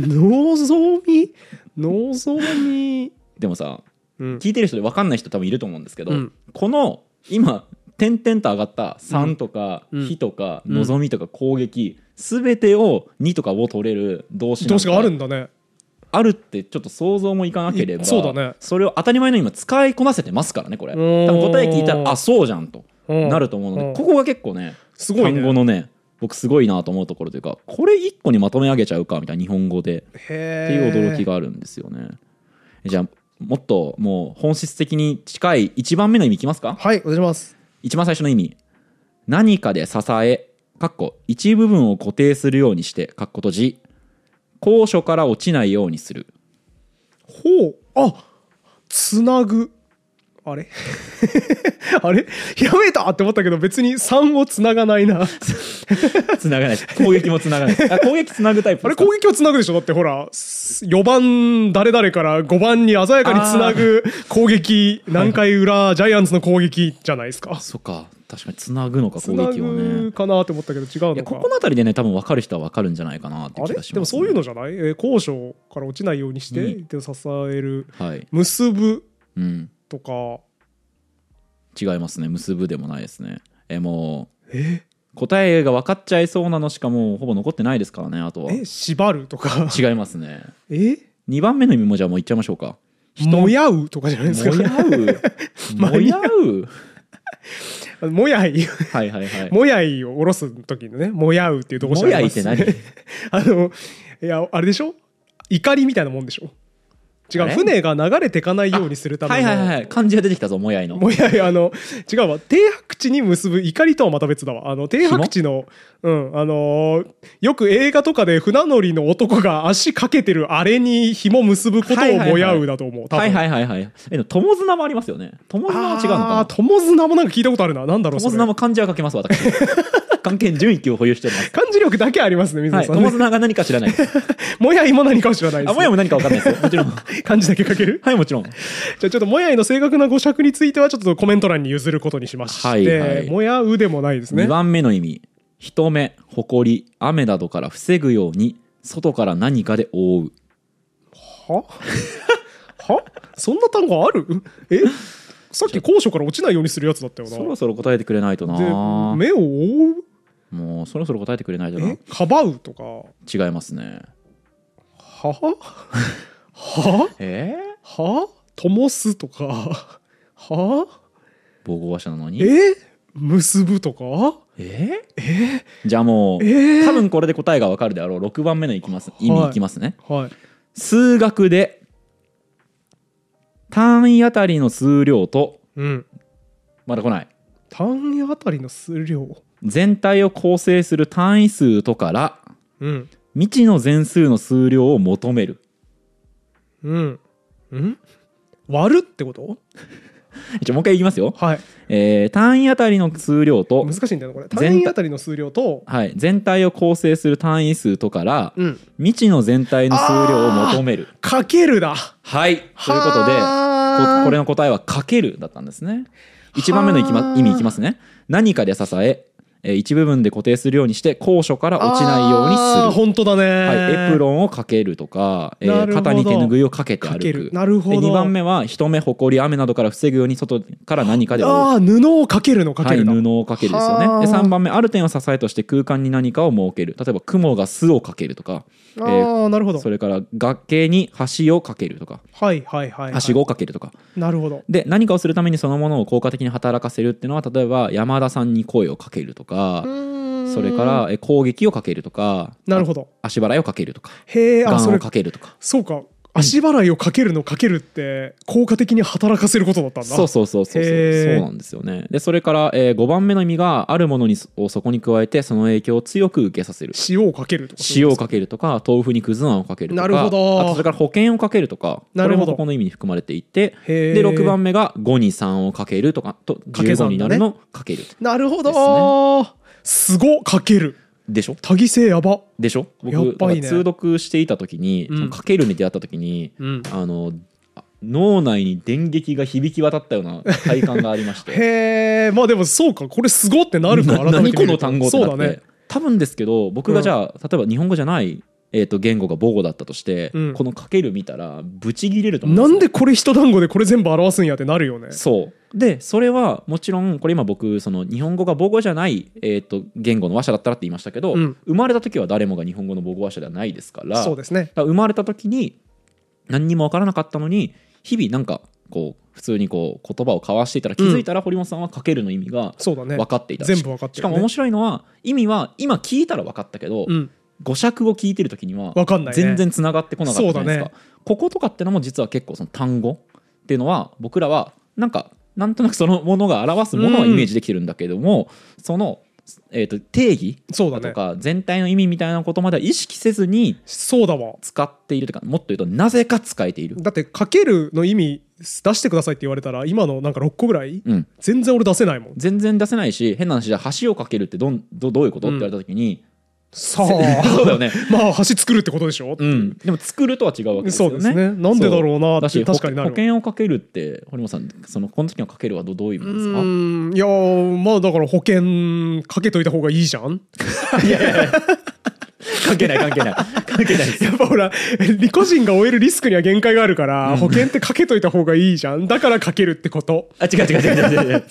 Speaker 2: 望み望み
Speaker 1: でもさ
Speaker 2: うん
Speaker 1: 聞いてる人で分かんない人多分いると思うんですけど、
Speaker 2: うん
Speaker 1: この今点々と上がった3とか
Speaker 2: うん
Speaker 1: 火とか
Speaker 2: うん
Speaker 1: 望みとか攻撃全てを2とかを取れる動詞なんか
Speaker 2: 動詞があるんだね
Speaker 1: あるってちょっと想像もいかなければ
Speaker 2: いそうだね
Speaker 1: それを当たり前の今使いこなせてますからねこれ多
Speaker 2: うーん
Speaker 1: 分答え聞いたらあそうじゃんと
Speaker 2: うん
Speaker 1: なると思うの
Speaker 2: う
Speaker 1: で
Speaker 2: ん
Speaker 1: ここが結構ね
Speaker 2: すごい
Speaker 1: 単語
Speaker 2: ね
Speaker 1: のね僕すごいなと思うところというかこれ一個にまとめ上げちゃうかみたいな日本語でって
Speaker 2: へ
Speaker 1: いう驚き
Speaker 2: が
Speaker 1: があるんですよね。じゃあもっともう本質的に近い1番目の意味いきますか
Speaker 2: はいお願いします
Speaker 1: 一番最初の意味何かで支えかっこ一部分を固定するようにしてかっこ閉じ高所から落ちないようにする
Speaker 2: ほうあつなぐあれ あれやめたって思ったけど別に3をつながないな
Speaker 1: つながないです攻撃もつなが ないですあ攻撃つなぐタイプ
Speaker 2: あ
Speaker 1: で
Speaker 2: れ
Speaker 1: すか
Speaker 2: 攻撃をつなぐでしょだってほら4番誰々から5番に鮮やかにつなぐ攻撃何回裏ジャイアンツの攻撃じゃないですか
Speaker 1: そっか確かにつなぐのか
Speaker 2: つ
Speaker 1: 攻
Speaker 2: な
Speaker 1: 撃をね
Speaker 2: ぐかなって思ったけど違う
Speaker 1: いや
Speaker 2: の
Speaker 1: ここ
Speaker 2: か
Speaker 1: の辺りでね多分分かる人は分かるんじゃないかなって
Speaker 2: あ
Speaker 1: 気
Speaker 2: れ
Speaker 1: がします、ね、
Speaker 2: でもそういうのじゃない、えー高所から落ちないようにして、
Speaker 1: うん
Speaker 2: で支える
Speaker 1: はい、
Speaker 2: 結ぶ
Speaker 1: うん、
Speaker 2: とか
Speaker 1: 違いますね結ぶでもないですねえも
Speaker 2: え
Speaker 1: う答えが分かっちゃいそうなのしかもうほぼ残ってないですからねあとは
Speaker 2: え縛るとか
Speaker 1: 違いますね
Speaker 2: え
Speaker 1: 2番目の意味もじゃあもう言っちゃいましょう か
Speaker 2: もやうとかじゃないですか
Speaker 1: もやう もやう
Speaker 2: あの もやい
Speaker 1: はいはいはい
Speaker 2: もやいを下ろす時のねもやうっていう動詞
Speaker 1: もやいって 何
Speaker 2: あのいやあれでしょ怒りみたいなもんでしょ違
Speaker 1: あ
Speaker 2: う
Speaker 1: れ
Speaker 2: 船が流れてかないようにするた
Speaker 1: は
Speaker 2: め
Speaker 1: い
Speaker 2: の
Speaker 1: はいはいはい漢字が出てきたぞもやいの
Speaker 2: もやいあの違うわ停泊地に結ぶ怒りとはまた別だわあの停泊地のうんあのーよく映画とかで船乗りの男が足かけてるあれに紐結ぶことをもやうだと思う多分
Speaker 1: はいはいはいはいえでも友綱もありますよね友綱は違うのか
Speaker 2: あー
Speaker 1: な
Speaker 2: 友綱もなんか聞いたことあるななんだろうそ
Speaker 1: 友
Speaker 2: れ
Speaker 1: 綱も漢字は書けます 私漢検準1級を保有しており ます
Speaker 2: 漢字力だけありますね水
Speaker 1: は
Speaker 2: 野
Speaker 1: い、
Speaker 2: さんね、
Speaker 1: 友綱が何か知ら ないです。
Speaker 2: もやいも何かも知らないで
Speaker 1: あ、
Speaker 2: す
Speaker 1: もやも何か分かんない ですよ。もちろん。は
Speaker 2: 漢字だけ書ける
Speaker 1: い、もちろん。
Speaker 2: じゃあちょっともやいの正確な語尺についてはちょっとコメント欄に譲ることにしまして、
Speaker 1: はいはい
Speaker 2: もやうでもないです
Speaker 1: 2
Speaker 2: ね。
Speaker 1: 番目の意味。人目、埃、雨などから防ぐように、外から何かで覆う。
Speaker 2: は はそんな単語あるえさっき高所から落ちないようにするやつだったよ
Speaker 1: そ
Speaker 2: な
Speaker 1: ろ。そろ答えてくれないとな
Speaker 2: で。目を覆う
Speaker 1: もう、そろそろ答えてくれないとな
Speaker 2: え。かばうとか
Speaker 1: 違いますね。
Speaker 2: はは
Speaker 1: え
Speaker 2: はともすとかは
Speaker 1: 防護者なのに。
Speaker 2: え結ぶとか
Speaker 1: えじゃあもう、
Speaker 2: え
Speaker 1: 多分これで答えが分かるであろう。6番目のいきます意味いきますね。
Speaker 2: はい。
Speaker 1: 数学で、単位あたりの数量と、
Speaker 2: うん。
Speaker 1: まだ来ない。
Speaker 2: 単位あたりの数量。
Speaker 1: 全体を構成する単位数とから
Speaker 2: うん。
Speaker 1: 未知の全数の数量を求める
Speaker 2: うん。うん割るってこと
Speaker 1: 一応もう一回言いますよ、
Speaker 2: はい。
Speaker 1: えー単位あたりの数量と
Speaker 2: 難、しいんだよなこれ。
Speaker 1: 全体
Speaker 2: 単位あたりの数量と、
Speaker 1: はい、全体を構成する単位数とから
Speaker 2: うん。
Speaker 1: 未知の全体の数量を求める
Speaker 2: かけるだ。
Speaker 1: はいということで
Speaker 2: はー
Speaker 1: ここれの答えは「かける」だったんですね1番目のいき、ま
Speaker 2: は、ー
Speaker 1: 意味いきますね何かで支ええー一部分で固定するようにして高所から落ちないように
Speaker 2: あー
Speaker 1: する
Speaker 2: 本当だね。
Speaker 1: はい、エプロンをかけるとか、えー
Speaker 2: なるほど
Speaker 1: 肩に手拭いをかけて歩
Speaker 2: かけ
Speaker 1: く
Speaker 2: るなるほど
Speaker 1: で2番目は人目埃雨などから防ぐように外から何かで覆う
Speaker 2: ああ、布をかけるのか
Speaker 1: は
Speaker 2: け
Speaker 1: い、
Speaker 2: るだ。
Speaker 1: 布をかけるですよね
Speaker 2: はあ
Speaker 1: で3番目ある点を支えとして空間に何かを設ける例えば雲が巣をかけるとか、えー
Speaker 2: ああ、なるほど。
Speaker 1: それから崖に橋をかけるとか
Speaker 2: はいはいはい、はい。
Speaker 1: はしごをかけるとか
Speaker 2: なるほど。
Speaker 1: で何かをするためにそのものを効果的に働かせるっていうのは例えば山田さんに声をかけるとかそ
Speaker 2: そ
Speaker 1: れか。らえー攻撃をかけるとか
Speaker 2: なるほど。
Speaker 1: 足払いをかけるとか
Speaker 2: へえ、あ、
Speaker 1: ガ
Speaker 2: そ
Speaker 1: ンを
Speaker 2: れ、
Speaker 1: かけるとか
Speaker 2: そうか。足払いをかけるのかけるって、効果的に働かせることだったんだ。
Speaker 1: そうそうそうそうそう
Speaker 2: へー
Speaker 1: そうなんですよねでそれから、え5番目の意味があるものにそをそこに加えてその影響を強く受けさせる
Speaker 2: 塩をかけるとか。
Speaker 1: 塩をかけるとか豆腐にくずあんをかけるとか
Speaker 2: なるほど
Speaker 1: あとそれから保険をかけるとか
Speaker 2: なるほ
Speaker 1: これも
Speaker 2: ど
Speaker 1: ここの意味に含まれていて
Speaker 2: へー
Speaker 1: で6番目が5に3をかけるとかと
Speaker 2: 掛け
Speaker 1: 15
Speaker 2: 算だね
Speaker 1: になるのかける
Speaker 2: なるほ
Speaker 1: です
Speaker 2: ど、すごかける
Speaker 1: でしょ
Speaker 2: 多義性やば
Speaker 1: でしょ
Speaker 2: やっ
Speaker 1: 僕
Speaker 2: ぱ
Speaker 1: な
Speaker 2: りね
Speaker 1: んか通読していた時に、
Speaker 2: うん
Speaker 1: そのかけるに出会った時に、
Speaker 2: うん
Speaker 1: あのあ脳内に電撃が響き渡ったような体感がありまして
Speaker 2: へえまあでもそうかこれすごってなるか
Speaker 1: な
Speaker 2: 改
Speaker 1: 何
Speaker 2: めて見ると
Speaker 1: この単語ってなって
Speaker 2: そうだね
Speaker 1: 多分ですけど僕がじゃあ、例えば日本語じゃない、えー、と言語が母語だったとして、
Speaker 2: うん
Speaker 1: この「かける」見たらブチギレると思う
Speaker 2: なん
Speaker 1: です
Speaker 2: でこれ一単語でこれ全部表すんやってなるよね
Speaker 1: よそうでそれはもちろんこれ今僕その日本語が母語じゃない、えー、と言語の話者だったらって言いましたけど、
Speaker 2: うん
Speaker 1: 生まれた時は誰もが日本語の母語話者ではないですから
Speaker 2: そうですね
Speaker 1: だから生まれた時に何にも分からなかったのに日々なんかこう普通にこう言葉を交わしていたら気づいたら堀本さんは「かける」の意味が
Speaker 2: そうだね
Speaker 1: 分かっていた、
Speaker 2: 全部分かって
Speaker 1: しか
Speaker 2: る、ね、
Speaker 1: も面白いのは意味は今聞いたら分かったけど、
Speaker 2: うん
Speaker 1: 語尺を聞いてる時には
Speaker 2: 分かんないね
Speaker 1: 全然つながってこなかったじゃないですか、
Speaker 2: そ
Speaker 1: こことかってのも実は結構その単語っていうのは僕らはなんかなんとなく そのものが表すものはイメージできてるんだけども、その、えー、と定義
Speaker 2: そうだ
Speaker 1: だと
Speaker 2: ね
Speaker 1: か全体の意味みたいなことまでは意識せずに
Speaker 2: そうだわ
Speaker 1: 使っているというかもっと言うとなぜか使えている、
Speaker 2: だって「かける」の意味出してくださいって言われたら今のなんか6個ぐらい
Speaker 1: うん、
Speaker 2: 全然俺出せないもん
Speaker 1: 全然出せないし変な話じゃあ橋を架けるってどんどどういうことって言われた時に、
Speaker 2: さ
Speaker 1: そうだ
Speaker 2: あ
Speaker 1: よね、
Speaker 2: まあ橋作るってことでしょ、
Speaker 1: うん、でも作るとは違うわけです
Speaker 2: そ
Speaker 1: よ
Speaker 2: う
Speaker 1: ね
Speaker 2: ですねなんでだろうな
Speaker 1: だ
Speaker 2: って
Speaker 1: し
Speaker 2: 確かにな
Speaker 1: 保
Speaker 2: る
Speaker 1: 保険をかけるって堀本さんそのこの時のかけるはどどういう意
Speaker 2: う
Speaker 1: 味ですか
Speaker 2: ーんいやーまあだから保険かけといた方がいいじゃん
Speaker 1: 関係ない関係ない関係ないです
Speaker 2: やっぱほら理個人が負えるリスクには限界があるから保険ってかけといた方がいいじゃんだからかけるってこと
Speaker 1: あ違う違う違う違う違 う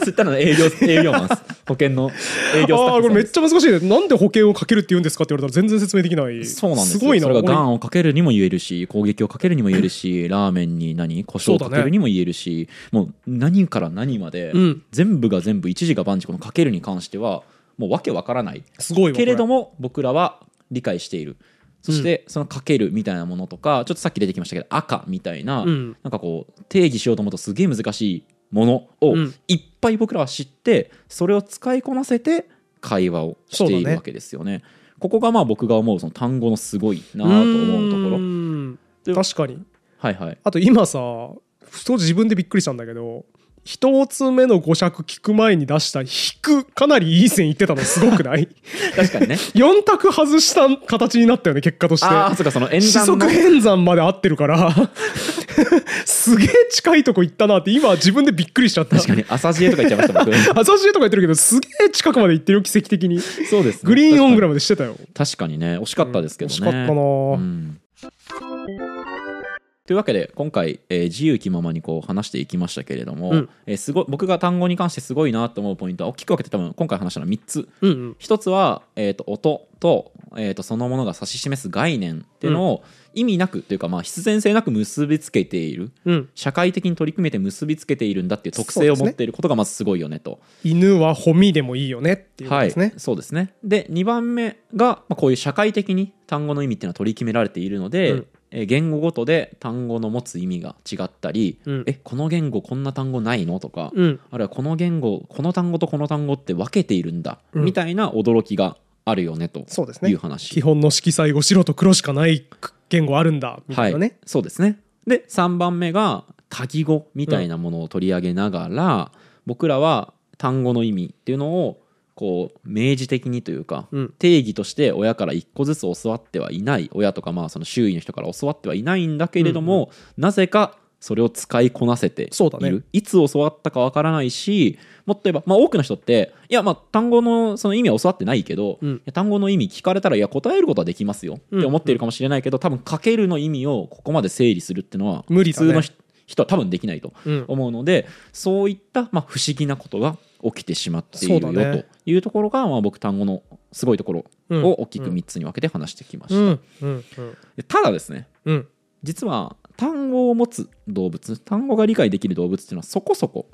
Speaker 1: 吸ったの営業営業マンです保険の営
Speaker 2: あ
Speaker 1: 業スタッ
Speaker 2: あ
Speaker 1: フ
Speaker 2: ーこ
Speaker 1: さ
Speaker 2: れ
Speaker 1: ん
Speaker 2: めっ
Speaker 1: です
Speaker 2: ちゃ難しいねなんで保険をかけるって言うんですかって言われたら全然説明できない
Speaker 1: そうなんですよ
Speaker 2: すごいな
Speaker 1: それが
Speaker 2: 俺
Speaker 1: ガンをかけるにも言えるし攻撃をかけるにも言える しラーメンに何胡椒をかけるにも言えるしもう何から何まで、
Speaker 2: うん
Speaker 1: 全部が全部一時が万事このかけるに関してはもうわけわからない
Speaker 2: すごいわこ
Speaker 1: け
Speaker 2: れ
Speaker 1: れども僕らは理解しているそしてそのかけるみたいなものとかちょっとさっき出てきましたけど赤みたいな、
Speaker 2: うん
Speaker 1: なんかこう定義しようと思うとすげえ難しいものを
Speaker 2: うん
Speaker 1: いっぱい僕らは知ってそれを使いこなせて会話をして
Speaker 2: そう
Speaker 1: い
Speaker 2: だ
Speaker 1: る
Speaker 2: ね
Speaker 1: わけですよね。ここがまあ僕が思うその単語のすごいなと思うところ。
Speaker 2: ところ確かに
Speaker 1: はいはい。
Speaker 2: あと今さふと自分でびっくりしたんだけど一つ目の語尺聞く前に出した「引く」かなりいい線いってたのすごくない
Speaker 1: 確 かにね。
Speaker 2: 四択外した形になったよね結果として
Speaker 1: ああ、そうか、その演
Speaker 2: 四
Speaker 1: 算の
Speaker 2: 則変算まで合ってるからすげえ近いとこ行ったなって今自分でびっくりしちゃった
Speaker 1: 確かに朝知恵とか言っちゃいま した僕。
Speaker 2: 朝知恵とか言ってるけどすげえ近くまで行ってるよ奇跡的に
Speaker 1: そうです、ね。
Speaker 2: グリーンオンぐら
Speaker 1: い。
Speaker 2: いまでしてたよ
Speaker 1: 確かにね、惜しかったですけどね。
Speaker 2: うん惜しかったな
Speaker 1: うんというわけで今回、えー自由気ままにこう話していきましたけれども、
Speaker 2: うん
Speaker 1: えーすごい僕が単語に関してすごいなと思うポイントは大きく分けて多分今回話したのは3つ
Speaker 2: うんうん
Speaker 1: 1つは、えー、と音と,、えー、とそのものが指し示す概念っていうのを意味なくというか、まあ、必然性なく結びつけている
Speaker 2: うん
Speaker 1: 社会的に取り組めて結びつけているんだっていう特性を持っていることがまずすごいよねと。
Speaker 2: 犬はホミでもいいよねっていうことですね、
Speaker 1: はい、そうですねで2番目が、まあ、こういう社会的に単語の意味っていうのは取り決められているので、
Speaker 2: うん
Speaker 1: えー言語ごとで単語の持つ意味が違ったり、
Speaker 2: うん
Speaker 1: えこの言語こんな単語ないのとか、
Speaker 2: うん
Speaker 1: あるいはこの言語この単語とこの単語って分けているんだ、
Speaker 2: うん
Speaker 1: みたいな驚きがあるよねと
Speaker 2: そうですね
Speaker 1: いう話
Speaker 2: 基本の色彩を白と黒しかない言語あるんだみたいなね、
Speaker 1: そうですねで3番目が多義語みたいなものを取り上げながら、僕らは単語の意味っていうのをこう明示的にというか、
Speaker 2: うん
Speaker 1: 定義として親から一個ずつ教わってはいない親とかまあその周囲の人から教わってはいないんだけれども、なぜかそれを使いこなせている
Speaker 2: そうだね
Speaker 1: いつ教わったかわからないしもっと言えば、まあ、多くの人っていやまあ単語のその意味は教わってないけど、
Speaker 2: うん
Speaker 1: いや単語の意味聞かれたらいや答えることはできますよって思っているかもしれないけど、多分かけるの意味をここまで整理するっていうのは
Speaker 2: 無理
Speaker 1: 普
Speaker 2: だね
Speaker 1: 通の人人は多分できないと
Speaker 2: うん
Speaker 1: 思うので、そういった、まあ、不思議なことが起きてしまっている
Speaker 2: そ
Speaker 1: よ、
Speaker 2: うだね
Speaker 1: というところが、まあ、僕単語のすごいところ
Speaker 2: うん
Speaker 1: を大きく3つに分けて話してきました、
Speaker 2: うんうんうん
Speaker 1: でただですね
Speaker 2: うん
Speaker 1: 実は単語を持つ動物単語が理解できる動物っていうのはそこそこ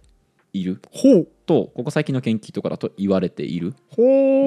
Speaker 1: いる
Speaker 2: ほう
Speaker 1: とここ最近の研究とかだと言われている
Speaker 2: ほ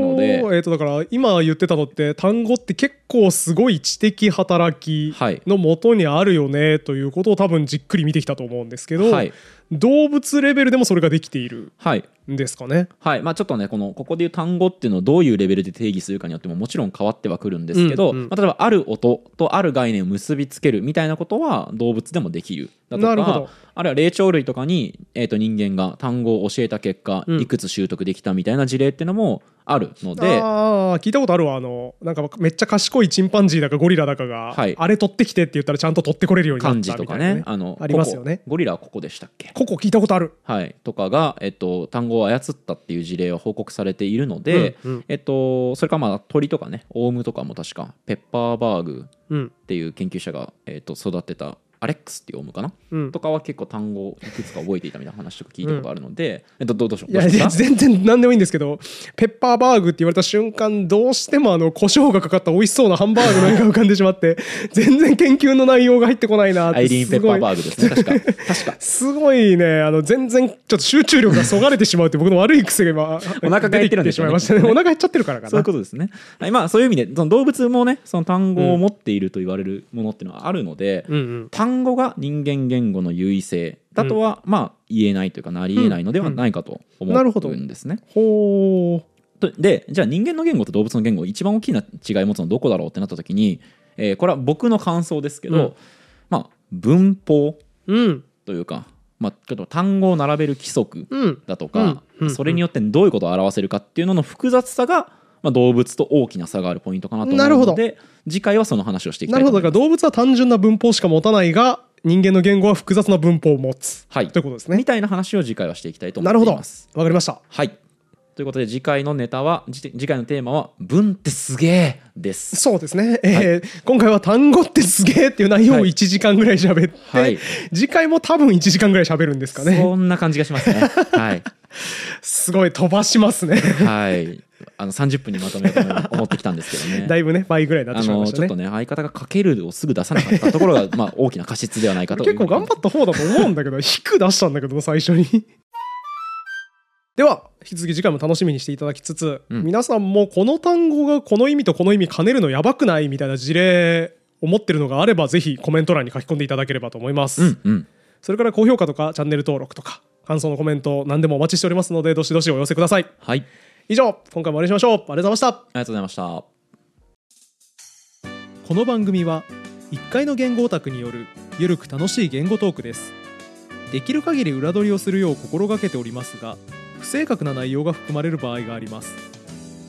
Speaker 2: う
Speaker 1: ので
Speaker 2: えっ、とだから今言ってたのって単語って結構すごい知的働き
Speaker 1: はい
Speaker 2: のもとにあるよねということを多分じっくり見てきたと思うんですけど、
Speaker 1: はい
Speaker 2: 動物レベルでもそれができている
Speaker 1: はい
Speaker 2: んですかね。
Speaker 1: はいまあ、ちょっとねこのここでいう単語っていうのをどういうレベルで定義するかによってももちろん変わってはくるんですけど、
Speaker 2: うんう
Speaker 1: ま
Speaker 2: ん
Speaker 1: あ、例えばある音とある概念を結びつけるみたいなことは動物でもできるだとか
Speaker 2: なるほど
Speaker 1: あるいは霊長類とかに、えー、と人間が単語を教えた結果、
Speaker 2: うん
Speaker 1: いくつ習得できたみたいな事例っていうのもあるので。
Speaker 2: ああ聞いたことあるわあのなんかめっちゃ賢いチンパンジーだかゴリラだかが、
Speaker 1: はい
Speaker 2: あれ取ってきてって言ったらちゃんと取ってこれるようにな
Speaker 1: 漢
Speaker 2: っ
Speaker 1: 字
Speaker 2: た
Speaker 1: と
Speaker 2: みた
Speaker 1: か
Speaker 2: いな、
Speaker 1: ねあの
Speaker 2: ありますよね
Speaker 1: ここゴリラはここでしたっけ
Speaker 2: ここ聞いたことある。
Speaker 1: はい、とかが、えっと、単語を操ったっていう事例は報告されているので、
Speaker 2: うんうん
Speaker 1: えっと、それからまあ鳥とかねオウムとかも確かペッパーバーグ
Speaker 2: うん
Speaker 1: っていう研究者が、えー、と育てたアレックスっていうオウムかな、
Speaker 2: うん
Speaker 1: とかは結構単語をいくつか覚えていたみたいな話とか聞いたことがあるので、えっと、どうどうしよう
Speaker 2: い
Speaker 1: どう
Speaker 2: や
Speaker 1: しました
Speaker 2: 全然何でもいいんですけどペッパーバーグって言われた瞬間どうしてもあの胡椒がかかった美味しそうなハンバーグの絵が浮かんでしまって全然研究の内容が入ってこないなって
Speaker 1: アイリーン・ペ
Speaker 2: す
Speaker 1: ッパ
Speaker 2: ごい
Speaker 1: ーバーグですね確か確か
Speaker 2: すごいねあの全然ちょっと集中力がそがれてしまうって僕の悪い癖が今
Speaker 1: お腹が減ってるんでしょうね
Speaker 2: 出てきてしまいましたねお腹減っちゃってるからか
Speaker 1: そうい
Speaker 2: な
Speaker 1: うことですね、はい まあ、そういう意味でその動物もねその単語を持っていると言われるものっていうのはあるので、
Speaker 2: うんうん
Speaker 1: 単語が人間言語の優位性だとは、まあ言えないというかなり得ないのではないかと思
Speaker 2: なるほど
Speaker 1: うんですね。
Speaker 2: ほう
Speaker 1: とでじゃあ人間の言語と動物の言語一番大きな違い持つのはどこだろうってなった時に、えーこれは僕の感想ですけど、
Speaker 2: うん
Speaker 1: まあ文法
Speaker 2: うん
Speaker 1: というか、まあ、ちょっと単語を並べる規則
Speaker 2: うん
Speaker 1: だとか、
Speaker 2: うんうん
Speaker 1: それによってどういうことを表せるかっていうのの複雑さが、まあ、動物と大きな差があるポイントかなと思
Speaker 2: なる
Speaker 1: う
Speaker 2: ほ
Speaker 1: の
Speaker 2: ど
Speaker 1: で次回はその話をしていき
Speaker 2: な
Speaker 1: たい
Speaker 2: る
Speaker 1: と
Speaker 2: ほ
Speaker 1: 思
Speaker 2: ど
Speaker 1: い
Speaker 2: だ
Speaker 1: ま
Speaker 2: から動物は単純な文法しか持たないが人間の言語は複雑な文法を持つ
Speaker 1: すはい
Speaker 2: ということです
Speaker 1: み
Speaker 2: ね
Speaker 1: たいな話を次回はしていきたいと思
Speaker 2: なる
Speaker 1: っ
Speaker 2: ほ
Speaker 1: て
Speaker 2: ど
Speaker 1: い
Speaker 2: わ
Speaker 1: ま
Speaker 2: か
Speaker 1: す。
Speaker 2: りました
Speaker 1: はいということで次回のネタはじ次回のテーマは「文ってすげえ!」です。
Speaker 2: そうですね、えー今回は単語ってすげえっていう内容
Speaker 1: は
Speaker 2: を
Speaker 1: い
Speaker 2: 1時間ぐらい喋って、
Speaker 1: はい
Speaker 2: 次回も多分1時間ぐらい喋るんですかね
Speaker 1: そんな感じがします ね。はい。
Speaker 2: すごい飛ばしますね
Speaker 1: はい。あの30分にまとめようと思ってきたんですけどね。
Speaker 2: だいぶね倍ぐらいになっ
Speaker 1: あ
Speaker 2: てしまいま
Speaker 1: の
Speaker 2: し
Speaker 1: ちょ
Speaker 2: た
Speaker 1: っと
Speaker 2: ね
Speaker 1: ね相方がかけるをすぐ出さなかったところがまあ大きな過失ではないかと
Speaker 2: 結構頑張った方だと思うんだけど低く出したんだけど最 初にでは引き続き次回も楽しみにしていただきつつ、
Speaker 1: うん
Speaker 2: 皆さんもこの単語がこの意味とこの意味兼ねるのやばくないみたいな事例思ってるのがあればぜひコメント欄に書き込んでいただければと思います、
Speaker 1: うんうん
Speaker 2: それから高評価とかチャンネル登録とか感想のコメント何でもお待ちしておりますのでどしどしお寄せください
Speaker 1: はいあり
Speaker 2: 以上今回も終わりにしましょうありがとうございました
Speaker 1: がとうございました
Speaker 2: この番組は1階の言語オタクによるゆるく楽しい言語トークですできる限り裏取りをするよう心がけておりますが不正確な内容が含まれる場合があります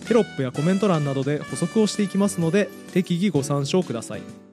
Speaker 2: テロップやコメント欄などで補足をしていきますので適宜ご参照ください